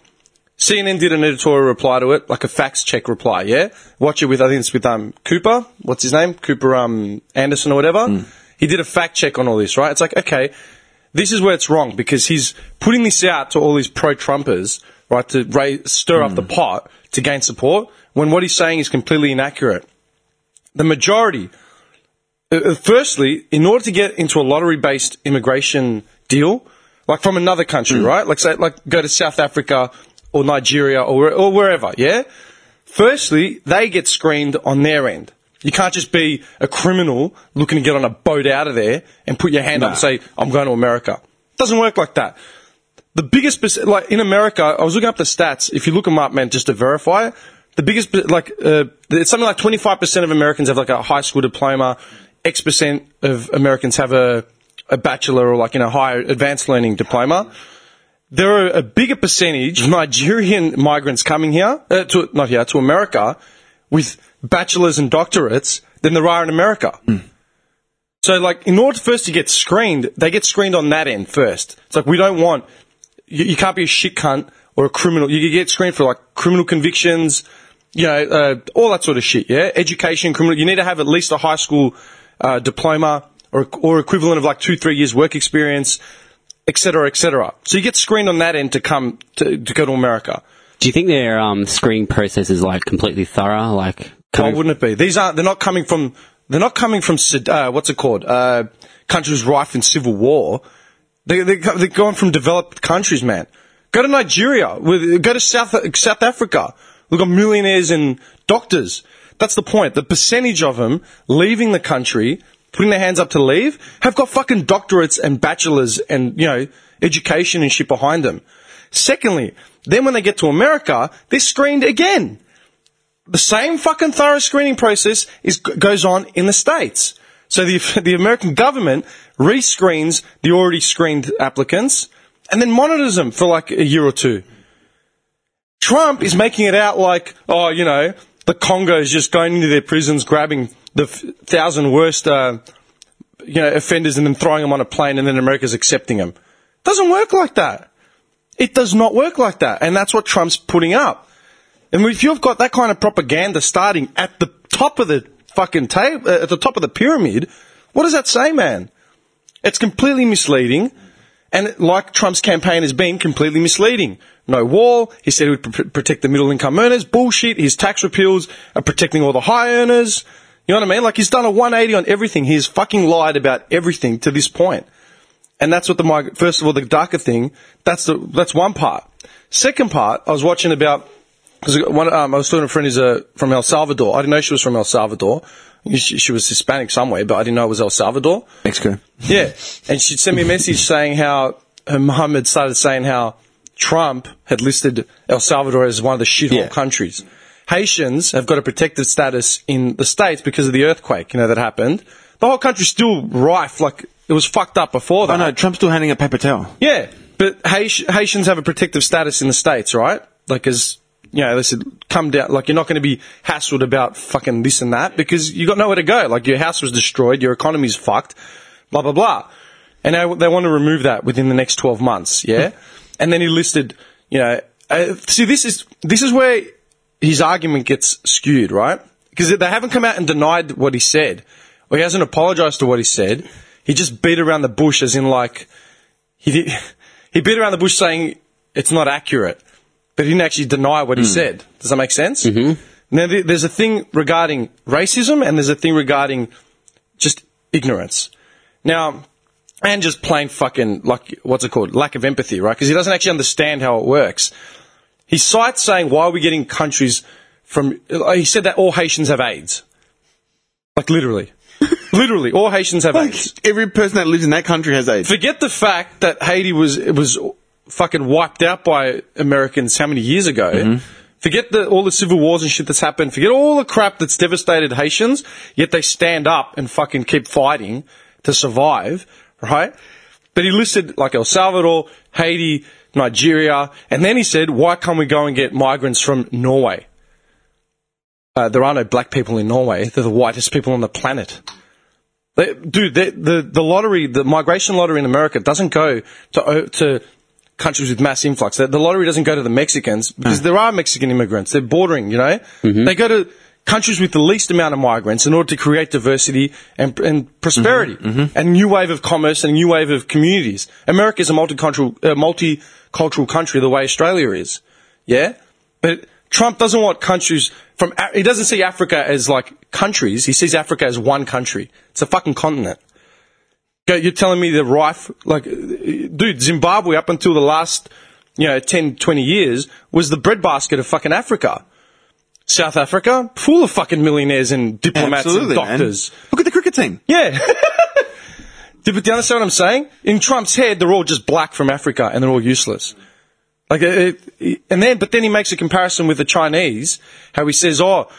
D: CNN did an editorial reply to it, like a fax check reply. Yeah, watch it with I think it's with um Cooper, what's his name, Cooper um Anderson or whatever. He did a fact check on all this, right? It's like okay, this is where it's wrong because he's putting this out to all these pro-Trumpers, right, to ra- stir up the pot to gain support. When what he's saying is completely inaccurate. The majority, uh, uh, firstly, in order to get into a lottery-based immigration deal, like from another country, right? Like say, like go to South Africa or Nigeria or where- or wherever, yeah. Firstly, they get screened on their end. You can't just be a criminal looking to get on a boat out of there and put your hand up and say, "I'm going to America." Doesn't work like that. The biggest, perc- like in America, I was looking up the stats. If you look them up, man, just to verify it, the biggest, per- like, uh, it's something like 25% of Americans have like a high school diploma. X percent of Americans have a, a bachelor or like in a higher advanced learning diploma. There are a bigger percentage of Nigerian migrants coming here, uh, to, not here, to America with bachelors and doctorates than there are in America. So, like, in order for us to get screened, they get screened on that end first. It's like we don't want you, you can't be a shit cunt or a criminal. You get screened for like criminal convictions, you know, uh, all that sort of shit. Yeah, education, criminal. You need to have at least a high school uh, diploma or or equivalent of like two three years work experience, et cetera, et cetera. So you get screened on that end to come to, to go to America.
F: Do you think their um, screening process is like completely thorough? Like,
D: Why
F: coming-
D: wouldn't it be? These aren't. They're not coming from. They're not coming from. Sud- Uh, what's it called? Uh, countries rife in civil war. They, they, they're going from developed countries, man. Go to Nigeria. With, go to South South Africa. Look at millionaires and doctors. That's the point. The percentage of them leaving the country, putting their hands up to leave, have got fucking doctorates and bachelors and you know education and shit behind them. Secondly, then when they get to America, they're screened again the same fucking thorough screening process is goes on in the states. So the the American government rescreens the already screened applicants and then monitors them for like a year or two. Trump is making it out like, oh, you know, the Congo is just going into their prisons, grabbing the f- thousand worst, uh, you know, offenders and then throwing them on a plane, and then America's accepting them. Doesn't work like that. It does not work like that, and that's what Trump's putting up. And if you've got that kind of propaganda starting at the top of the fucking table, uh, at the top of the pyramid, what does that say, man? It's completely misleading. And like Trump's campaign has been completely misleading. No wall. He said he would pr- protect the middle income earners. Bullshit. His tax repeals are protecting all the high earners. You know what I mean? Like he's done a 180 on everything. He's fucking lied about everything to this point. And that's what the mig- first of all the DACA thing. That's the that's one part. Second part, I was watching about because one um, I was talking to a friend who's uh, from El Salvador. I didn't know she was from El Salvador. She, she was Hispanic somewhere, but I didn't know it was El Salvador.
E: Mexico.
D: Yeah. And she'd send me a message saying how her mum had started saying how Trump had listed El Salvador as one of the shithole
E: Yeah.
D: countries. Haitians have got a protected status in the States because of the earthquake, you know, that happened. The whole country's still rife, like, it was fucked up before that.
E: Oh no, Trump's still handing a paper towel.
D: Yeah, but Haitian, Haitians have a protective status in the states, right? Like, as you know, they said, come down. Like, you're not going to be hassled about fucking this and that because you got nowhere to go. Like, your house was destroyed, your economy's fucked, blah blah blah. And now they want to remove that within the next 12 months. Yeah, and then he listed, you know, uh, see, this is this is where his argument gets skewed, right? Because they haven't come out and denied what he said, or he hasn't apologized to what he said. He just beat around the bush, as in like he did, he beat around the bush saying it's not accurate, but he didn't actually deny what he said. Does that make sense? Mm-hmm. Now, th- there's a thing regarding racism, and there's a thing regarding just ignorance. Now, and just plain fucking like what's it called? Lack of empathy, right? Because he doesn't actually understand how it works. He cites saying why are we getting countries from? He said that all Haitians have AIDS, like literally, literally all Haitians have
E: Like
D: AIDS.
E: every person that lives in that country has AIDS.
D: Forget the fact that Haiti was it was fucking wiped out by Americans how many years ago. Forget the, all the civil wars and shit that's happened. Forget all the crap that's devastated Haitians. Yet they stand up and fucking keep fighting to survive, right? But he listed like El Salvador, Haiti, Nigeria, and then he said, "Why can't we go and get migrants from Norway?" Uh, there are no black people in Norway. They're the whitest people on the planet. They, dude, the, the the lottery, the migration lottery in America doesn't go to o- to countries with mass influx. The, the lottery doesn't go to the Mexicans because there are Mexican immigrants. They're bordering, you know. They go to countries with the least amount of migrants in order to create diversity and and prosperity and new wave of commerce and new wave of communities. America is a multicultural uh, multicultural country the way Australia is. Yeah, but Trump doesn't want countries from. Af- He doesn't see Africa as like countries. He sees Africa as one country. It's a fucking continent. Go- You're telling me the rife, like, uh, dude, Zimbabwe up until the last, you know, 10, 20 years was the breadbasket of fucking Africa. South Africa, full of fucking millionaires and diplomats
E: Absolutely,
D: and doctors.
E: man. Look at the cricket team.
D: Yeah. Did, but do you understand what I'm saying? In Trump's head, they're all just black from Africa and they're all useless. Like, it, it, and then, but then he makes a comparison with the Chinese, how he says, oh,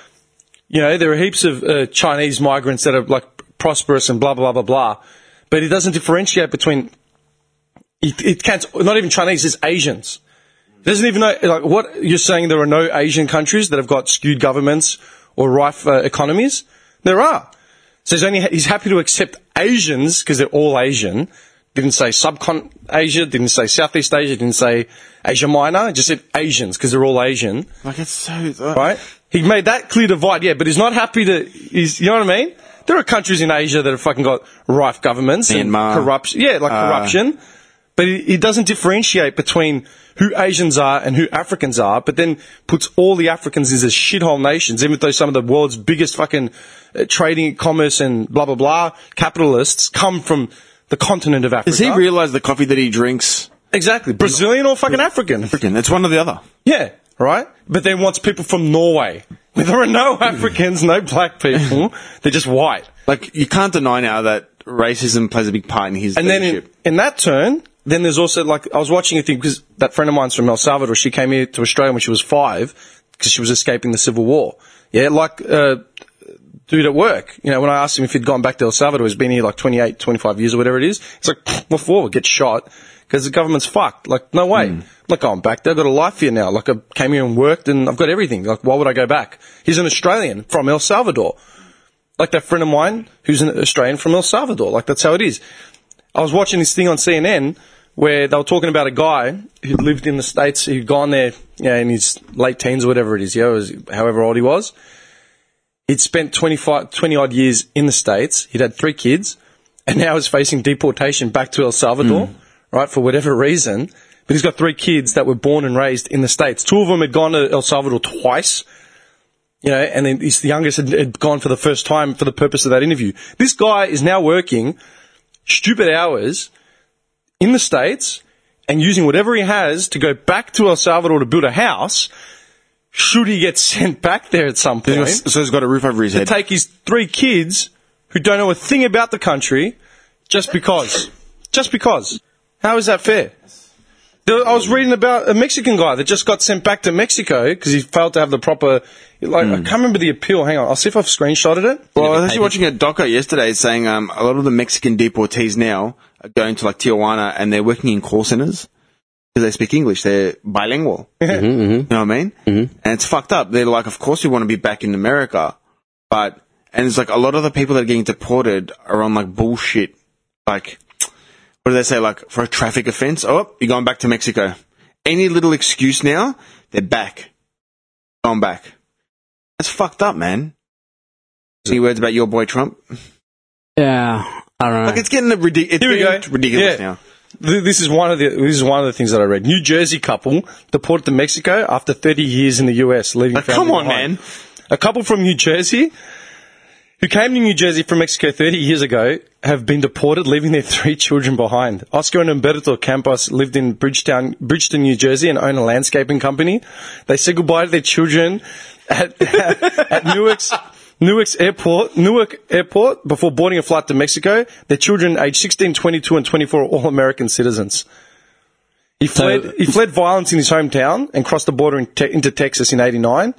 D: you know, there are heaps of uh, Chinese migrants that are like prosperous and blah, blah, blah, blah, blah. But he doesn't differentiate between, it, it can't, not even Chinese, it's Asians. Doesn't even know, like, what you're saying there are no Asian countries that have got skewed governments or rife uh, economies? There are. So he's only, he's happy to accept Asians because they're all Asian. Didn't say subcon Asia, didn't say Southeast Asia, didn't say Asia Minor, just said Asians because they're all Asian
E: Like it's so uh,
D: right? He made that clear divide, yeah, but he's not happy to. He's, you know what I mean? There are countries in Asia that have fucking got rife governments and
E: Myanmar.
D: corruption, yeah, like
E: Uh,
D: corruption. But he, he doesn't differentiate between who Asians are and who Africans are, but then puts all the Africans as shithole nations, even though some of the world's biggest fucking uh, trading, commerce, and blah blah blah capitalists come from the continent of Africa.
E: Does he realize the coffee that he drinks?
D: exactly Brazilian or fucking African?
E: Freaking, it's one or the other.
D: Yeah, right? But then wants people from Norway. Where there are no Africans, no black people. They're just white.
E: Like you can't deny now that racism plays a big part in his
D: And then in,
E: leadership.
D: in that turn, then there's also like, I was watching a thing because that friend of mine's from El Salvador. She came here to Australia when she was five because she was escaping the Civil War. Yeah, like, uh, dude at work, you know, when I asked him if he'd gone back to El Salvador, he's been here like 28, 25 years or whatever it is. It's like, what for? Get shot. Because the government's fucked. Like, no way.
E: Hmm.
D: I'm not going back there. I've got a life here now. Like, I came here and worked and I've got everything. Like, why would I go back? He's an Australian from El Salvador. Like that friend of mine who's an Australian from El Salvador. Like, that's how it is. I was watching this thing on CNN where they were talking about a guy who lived in the States, who'd gone there, you know, in his late teens or whatever it is, yeah, was however old he was. He'd spent 25, 20 odd years in the States. He'd had three kids and now he's facing deportation back to El Salvador, right, for whatever reason. But he's got three kids that were born and raised in the States. Two of them had gone to El Salvador twice. You know, and then his, the youngest had, had gone for the first time for the purpose of that interview. This guy is now working stupid hours in the States and using whatever he has to go back to El Salvador to build a house should he get sent back there at some
E: He's got-
D: point
E: so he's got a roof over his
D: to
E: head.
D: take his three kids who don't know a thing about the country just because. Just because. How is that fair? There, I was reading about a Mexican guy that just got sent back to Mexico because he failed to have the proper. Like, I can't remember the appeal. Hang on, I'll see if I've screenshotted it.
E: Hmm. well, I was
F: Never
E: actually watching a doco yesterday saying um, a lot of the Mexican deportees now are going to like Tijuana and they're working in call centers because they speak English. They're bilingual. You know what I mean? Mm-hmm. And it's fucked up. They're like, of course we want to be back in America, but and it's like a lot of the people that are getting deported are on like bullshit. Like, what do they say? Like for a traffic offense, oh, you're going back to Mexico. Any little excuse now, they're back. Going back. That's fucked up, man. Any words about your boy Trump?
F: Yeah, I don't know.
E: Oh. Like it's getting a ridic- it's
D: Here we
E: getting
D: go.
E: ridiculous
D: Yeah.
E: now.
D: Th- This is one of the this is one of the things that I read. New Jersey couple deported to Mexico after 30 years in the U.S. leaving.
E: Like,
D: family
E: come on,
D: behind.
E: man.
D: A couple from New Jersey who came to New Jersey from Mexico 30 years ago have been deported, leaving their three children behind. Oscar and Humberto Campos lived in Bridgetown, Bridgeton, New Jersey, and own a landscaping company. They said goodbye to their children at, at, at Newark's. Newark's airport, Newark airport, before boarding a flight to Mexico, their children aged 16, 22, and 24 are all American citizens. He fled, he fled violence in his hometown and crossed the border in te- into Texas in 89.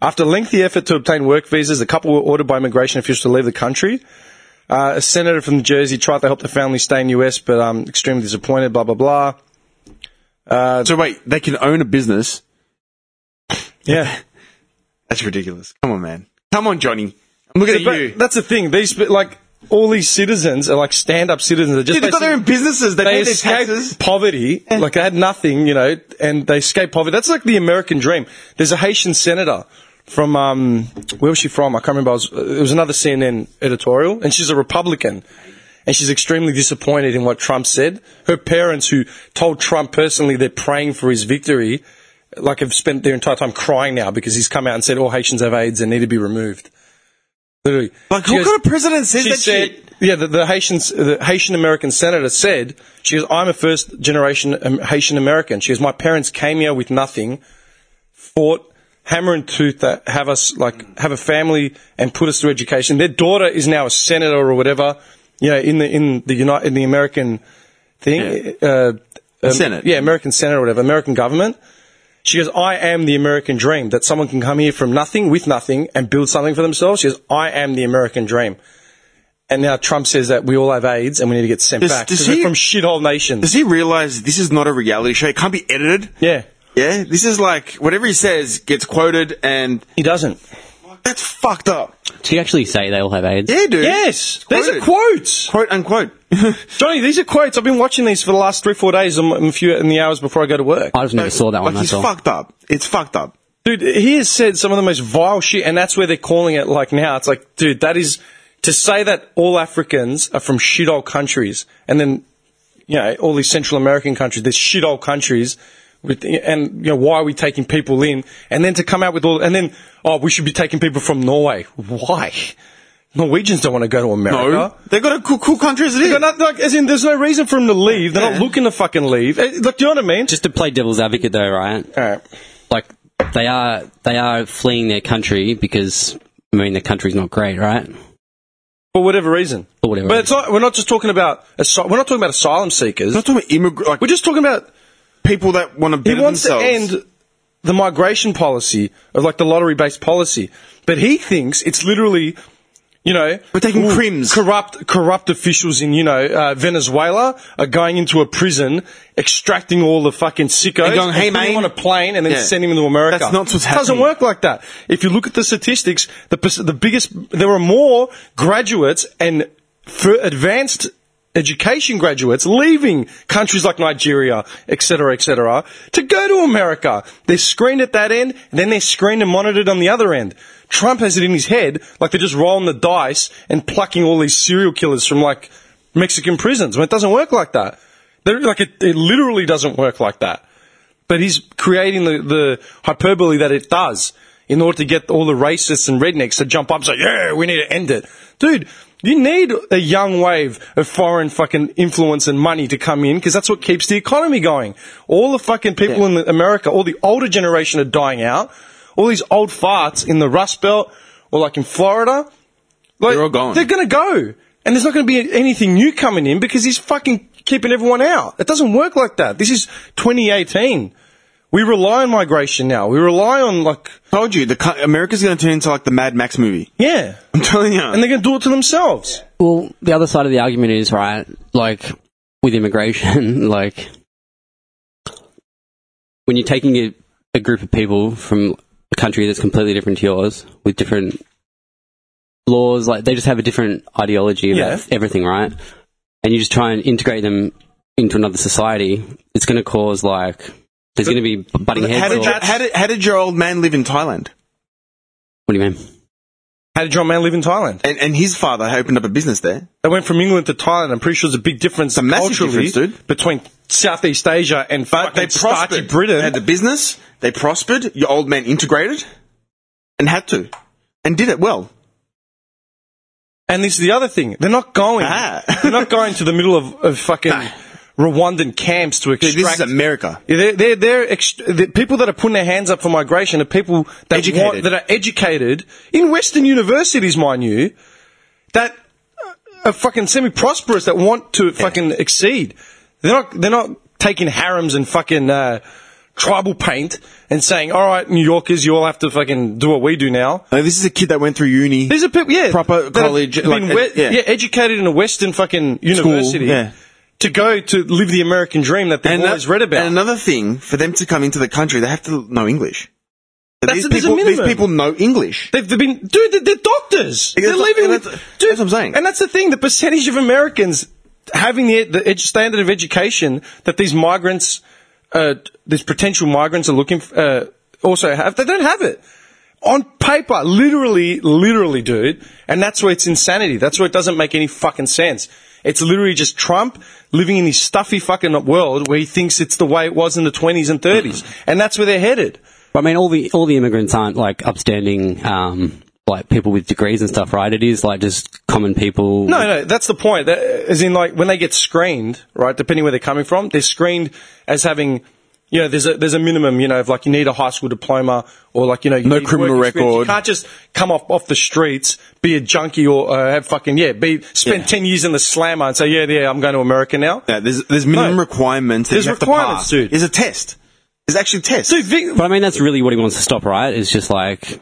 D: After lengthy effort to obtain work visas, the couple were ordered by immigration officials to leave the country. Uh, a senator from New Jersey tried to help the family stay in the US, but um, extremely disappointed, blah, blah, blah.
E: so wait, they can own a business.
D: Yeah.
E: That's ridiculous. Come on, man. Come on, Johnny. I'm looking at
D: But
E: you.
D: that's the thing. These, like, all these citizens are like stand-up citizens. They're just
E: Dude, they've got their own businesses. They,
D: they
E: pay their
D: escaped
E: taxes.
D: poverty. Like they had nothing, you know, and they escaped poverty. That's like the American dream. There's a Haitian senator from um, where was she from? I can't remember. I was, it was another CNN editorial, and she's a Republican, and she's extremely disappointed in what Trump said. Her parents, who told Trump personally they're praying for his victory, like have spent their entire time crying now because he's come out and said all Haitians have AIDS and need to be removed. Literally,
E: Like,
D: She
E: what
D: goes-
E: kind of president says
D: she
E: that
D: said,
E: shit?
D: yeah, the, the Haitian, the Haitian American senator said, she goes, I'm a first generation um, Haitian American. She goes, my parents came here with nothing, fought hammer and tooth uh, to have us, like, have a family and put us through education. Their daughter is now a senator or whatever, you know, in the in the United in the American thing, uh, um,
E: Senate.
D: yeah, American Senate or whatever, American government. She goes, I am the American dream that someone can come here from nothing with nothing and build something for themselves. She goes, I am the American dream. And now Trump says that we all have AIDS and we need to get sent
E: Does-
D: back
E: does
D: 'cause we're
E: he-
D: from shithole nations.
E: Does he realize this is not a reality show? It can't be edited.
D: yeah,
E: Yeah, this is like whatever he says gets quoted, and
D: he doesn't.
E: that's fucked up.
F: Did you actually say they all have AIDS?
E: Yeah, dude.
D: Yes, these are
E: quoted.
D: quotes.
E: Quote unquote.
D: Johnny, these are quotes. I've been watching these for the last three, four days and a few in the hours before I go to work.
F: I just never saw that one,
E: Like,
F: that's
E: it's
F: all.
E: fucked up. It's fucked up.
D: Dude, he has said some of the most vile shit, and that's where they're calling it like now. It's like, dude, that is to say that all Africans are from shithole countries, and then you know all these Central American countries, they're shithole countries. With, and you know why are we taking people in, and then to come out with all, and then oh, we should be taking people from Norway. Why? Norwegians don't want to go to America.
E: they got a cool, cool country as it is.
D: They're not, like, as in, there's no reason for them to leave. They're not looking to fucking leave. Eh, Look, do you know what I mean?
F: Just to play devil's advocate, though, right?
D: all right.
F: Like they are they are fleeing their country because I mean their country's not great, right?
D: For whatever reason.
F: For whatever
D: But it's not, we're not just talking about, asy- we're not talking about asylum seekers.
E: We're not talking about immigrant, like
D: We're just talking about,
E: people that want to
D: he
E: better
D: wants
E: themselves.
D: to end the migration policy of like the lottery based policy. But he thinks it's literally, you know,
E: We're taking crims.
D: corrupt, corrupt officials in, you know, uh, Venezuela are going into a prison, extracting all the fucking sickos,
E: And going, "Hey,
D: putting
E: mate."
D: them on a plane and then
E: Yeah.
D: sending them to America.
E: That's not what's
D: It doesn't
E: happening.
D: work like that. If you look at the statistics, the, perc- the biggest, there are more graduates and for advanced education graduates leaving countries like Nigeria, et cetera, et cetera, to go to America. They're screened at that end, and then they're screened and monitored on the other end. Trump has it in his head, like they're just rolling the dice and plucking all these serial killers from like Mexican prisons. When it doesn't work like that. They're, like it, it literally doesn't work like that but he's creating the, the hyperbole that it does in order to get all the racists and rednecks to jump up and say, yeah, we need to end it. Dude, you need a young wave of foreign fucking influence and money to come in because that's what keeps the economy going. All the fucking people in the- America, all the older generation are dying out. All these old farts in the Rust Belt or like in Florida, like,
E: They're all gone.
D: They're going to go. And there's not going to be anything new coming in because he's fucking keeping everyone out. It doesn't work like that. This is 2018. We rely on migration now. We rely on, like,
E: Told you, the co- America's going to turn into like the Mad Max movie.
D: yeah.
E: I'm telling you.
D: And they're going to do it to themselves.
F: Well, the other side of the argument is right, like with immigration, like when you're taking a, a group of people from a country that's completely different to yours, with different laws, like they just have a different ideology about
D: Yeah.
F: everything, right? And you just try and integrate them into another society, it's going to cause like there's going to be butting heads.
E: how, did
F: or-
E: your, how, did, how did your old man live in Thailand?
F: what do you mean?
D: How did John Mann live in Thailand?
E: And, and his father opened up a business there.
D: They went from England to Thailand. I'm pretty sure there's a big difference
E: a massive
D: culturally
E: difference, dude.
D: between Southeast Asia and
E: But
D: fucking
E: they
D: starchy
E: prospered.
D: Britain.
E: They had the business, they prospered, your old man integrated, and had to. And did it well.
D: And this is the other thing. They're not going.
E: Ah.
D: they're not going to the middle of, of fucking Rwandan camps to
E: Dude,
D: extract.
E: this is America.
D: Yeah, They're, they're, they're ext- the people that are putting their hands up for migration are people that,
E: Educated.
D: want- that are educated in Western universities, mind you, that are fucking semi-prosperous that want to fucking exceed. They're not. They're not taking harems and fucking uh, tribal paint and saying, "All right, New Yorkers, you all have to fucking do what we do now."
E: No, this is a kid that went through uni.
D: These are people, yeah,
E: Proper
D: that have
E: college,
D: been
E: like, ed-
D: we- yeah.
E: yeah.
D: educated in a Western fucking university,
E: yeah.
D: to go to live the American dream that they've
E: that-
D: always read about.
E: and another thing, for them to come into the country, they have to know English. So
D: That's-
E: these,
D: there's a
E: people, these
D: minimum.
E: people know English.
D: They've, they've been, dude, they're, they're doctors.
E: Yeah,
D: They're
E: that's-
D: leaving
E: and
D: with,
E: that's-
D: dude,
E: that's what I'm saying.
D: And that's the thing, the percentage of Americans having the, the edu- standard of education that these migrants, uh, these potential migrants are looking, f- uh, also have, they don't have it. On paper, literally, literally, dude. And that's where it's insanity. That's where it doesn't make any fucking sense. It's literally just Trump living in his stuffy fucking world where he thinks it's the way it was in the 20s and 30s. And that's where they're headed.
F: But I mean, all the all the immigrants aren't like upstanding, um, like people with degrees and stuff, right? It is like just common people.
D: No, no, that's the point. That, as in, like, when they get screened, right, depending where they're coming from, they're screened as having you know, there's a there's a minimum, you know, of like you need a high school diploma or like you know, you
E: No
D: need
E: criminal
D: work experience.
E: record.
D: You can't just come off off the streets, be a junkie or uh, have fucking yeah, be spend ten years in the slammer and say yeah, yeah, I'm going to America now.
E: No, there's there's minimum
D: No.
E: requirements. That
D: There's
E: you have
D: requirements,
E: to pass.
D: dude.
E: There's a test. There's actually a test.
D: Dude, Vic,
F: But I mean, that's really what he wants to stop, right? It's just like,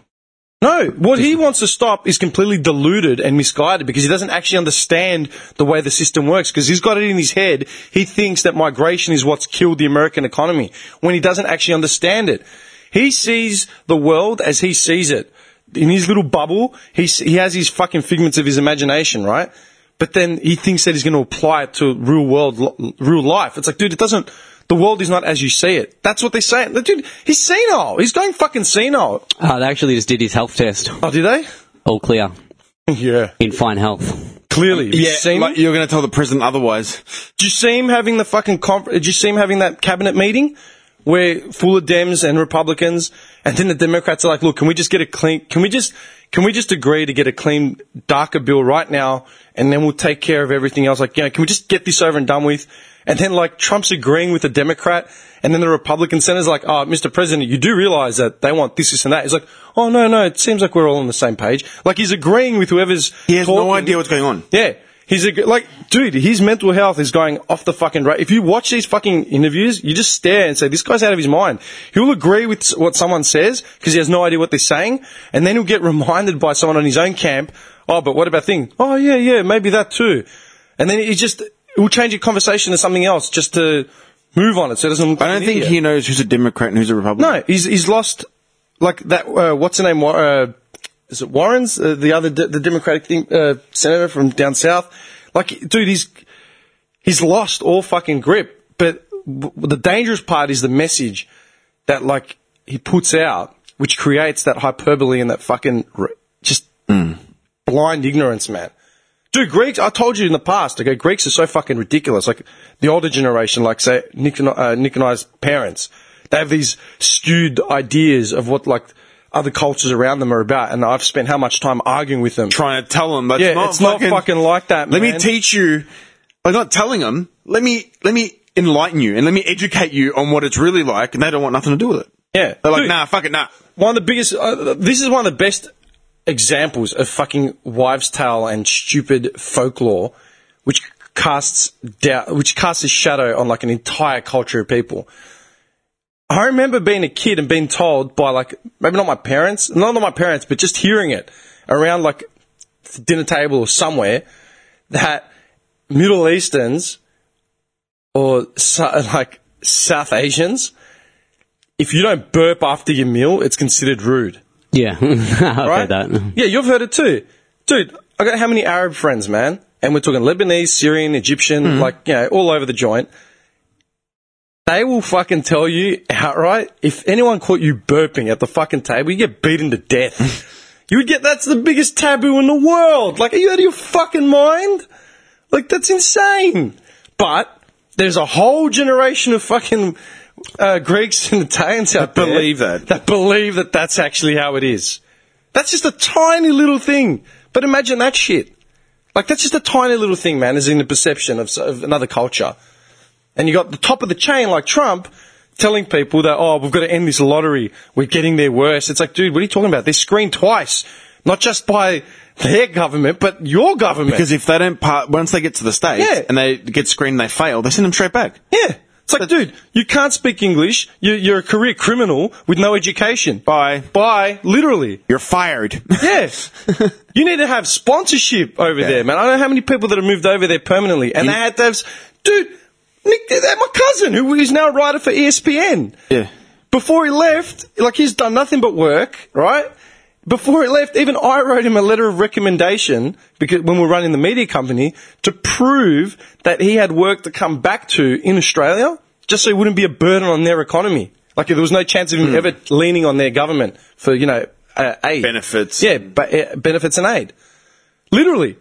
D: no, what he wants to stop is completely deluded and misguided because he doesn't actually understand the way the system works because he's got it in his head. He thinks that migration is what's killed the American economy when he doesn't actually understand it. He sees the world as he sees it. In his little bubble, he, s- he has his fucking figments of his imagination, right? But then he thinks that he's going to apply it to real world, lo- real life. It's like, dude, it doesn't, the world is not as you see it. That's what they say. Dude, he's senile. He's going fucking senile.
F: uh, they actually just did his health test.
D: Oh, did they?
F: All clear.
D: Yeah.
F: In fine health.
D: Clearly. Did
E: yeah,
D: you see him?
E: like you're going to tell the president otherwise.
D: did you see him having the fucking conf- did you see him having that cabinet meeting where full of Dems and Republicans and then the Democrats are like, look, can we just get a clean can we just can we just agree to get a clean DACA bill right now and then we'll take care of everything else? Like, you know, can we just get this over and done with? And then like Trump's agreeing with the Democrat and then the Republican senator's like, oh, Mr. President, you do realize that they want this, this and that. He's like, oh no, no, it seems like we're all on the same page. Like he's agreeing with whoever's
E: He has no
D: talking.
E: idea what's going on.
D: Yeah. He's a, g- like, dude, his mental health is going off the fucking rate. If you watch these fucking interviews, you just stare and say, this guy's out of his mind. He'll agree with s- what someone says because he has no idea what they're saying. And then he'll get reminded by someone on his own camp, oh, but what about thing? Oh, yeah, yeah, maybe that too. And then he just, he'll change your conversation to something else just to move on it so it doesn't look
E: I
D: like
E: don't
D: an
E: think
D: idiot.
E: he knows who's a Democrat and who's a Republican.
D: No, he's he's lost like that. Uh, what's her name? Wa- Uh, is it Warren's? Uh, the other de- the Democratic thing, uh, senator from down south. Like, dude, he's he's lost all fucking grip. But w- the dangerous part is the message that like he puts out, which creates that hyperbole and that fucking r- just
E: Mm.
D: blind ignorance, man. Dude, Greeks, I told you in the past, okay, Greeks are so fucking ridiculous. Like, the older generation, like, say, Nick, and- uh, Nick and I's parents, they have these skewed ideas of what, like, other cultures around them are about, and I've spent how much time arguing with them.
E: Trying to tell him, but
D: Yeah,
E: it's, not,
D: it's not fucking like that,
E: Let me
D: man.
E: teach you. I'm not telling him. Let me let me enlighten you and let me educate you on what it's really like, and they don't want nothing to do with it.
D: Yeah.
E: They're like,
D: Dude.
E: nah, fuck it, nah.
D: one of the biggest. Uh, this is one of the best examples of fucking wives' tale and stupid folklore, which casts doubt, which casts a shadow on like an entire culture of people. I remember being a kid and being told by like maybe not my parents, not my parents, but just hearing it around like the dinner table or somewhere that Middle Easterns or so, like South Asians if you don't burp after your meal, it's considered rude.
F: Yeah. I've
D: Right?
F: heard that.
D: Yeah, you've heard it too. Dude, I got how many Arab friends, man? And we're talking Lebanese, Syrian, Egyptian,
F: Mm-hmm.
D: like, you know, all over the joint. They will fucking tell you outright if anyone caught you burping at the fucking table, you get beaten to death. you would get that's the biggest taboo in the world. Like, are you out of your fucking mind? Like, that's insane. But there's a whole generation of fucking uh, Greeks and Italians out there
E: believe that.
D: that believe that that's actually how it is. That's just a tiny little thing. But imagine that shit. Like that's just a tiny little thing, man, is in the perception of, of another culture. And you got the top of the chain like Trump telling people that oh we've got to end this lottery, we're getting there worse. It's like, dude, what are you talking about? They're screened twice, not just by their government, but your government.
E: Because if they don't part, once they get to the states
D: Yeah.
E: and they get screened, and they fail. They send them straight back.
D: yeah. It's like, dude, you can't speak English. You're, you're a career criminal with no education.
E: Bye.
D: Bye. Literally.
E: You're fired.
D: Yes. you need to have sponsorship over
E: Yeah.
D: there, man. I know how many people that have moved over there permanently, and they had to have. s- Dude, Nick, that my cousin, who is now a writer for E ESPN.
E: Yeah.
D: Before he left, like he's done nothing but work, right? Before he left, even I wrote him a letter of recommendation because when we were running the media company to prove that he had work to come back to in Australia, just so it wouldn't be a burden on their economy. Like there was no chance of him
E: Hmm.
D: ever leaning on their government for you know uh, aid
E: Benefits.
D: Yeah, but uh, benefits and aid. Literally.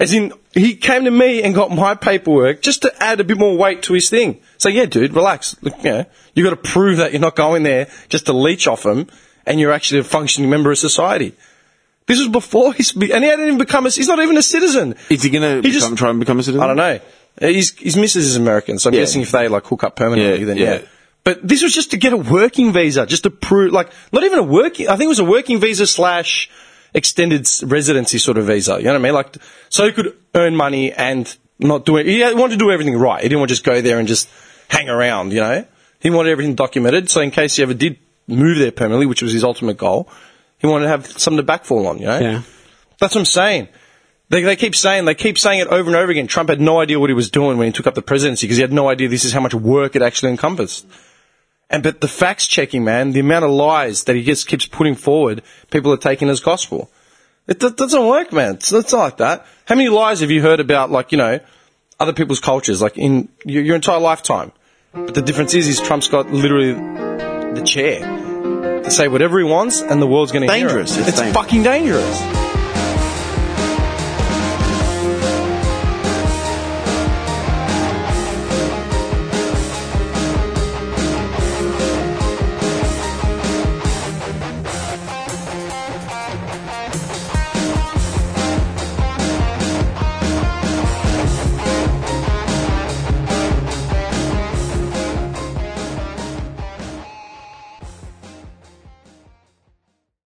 D: As in, he came to me and got my paperwork just to add a bit more weight to his thing. So yeah, dude, relax. Look, you know, you got to prove that you're not going there just to leech off him, and you're actually a functioning member of society. This was before he's, be- and he hadn't even become a, he's not even a citizen.
E: Is he going
D: He
E: to
D: just-
E: try and become a citizen?
D: I don't know. His, his missus is American, so I'm
E: Yeah.
D: guessing if they like hook up permanently,
E: Yeah,
D: then
E: yeah.
D: yeah. But this was just to get a working visa, just to prove, like, not even a working, I think it was a working visa slash extended s- residency sort of visa. You know what I mean? Like, so he could earn money and not do it. He had- wanted to do everything right. He didn't want to just go there and just hang around, you know? He wanted everything documented. So in case he ever did move there permanently, which was his ultimate goal, he wanted to have something to backfall on, you know?
F: Yeah.
D: That's what I'm saying. They, they keep saying they keep saying it over and over again. Trump had no idea what he was doing when he took up the presidency because he had no idea this is how much work it actually encompassed. And but the facts checking, man, the amount of lies that he just keeps putting forward, people are taking as gospel. It do- doesn't work, man. It's, it's not like that. How many lies have you heard about, like you know, other people's cultures, like in your, your entire lifetime? But the difference is, is Trump's got literally the chair to say whatever he wants, and the world's going to
E: Dangerous.
D: Hear it.
E: It's
D: It's,
E: dangerous.
D: fucking dangerous.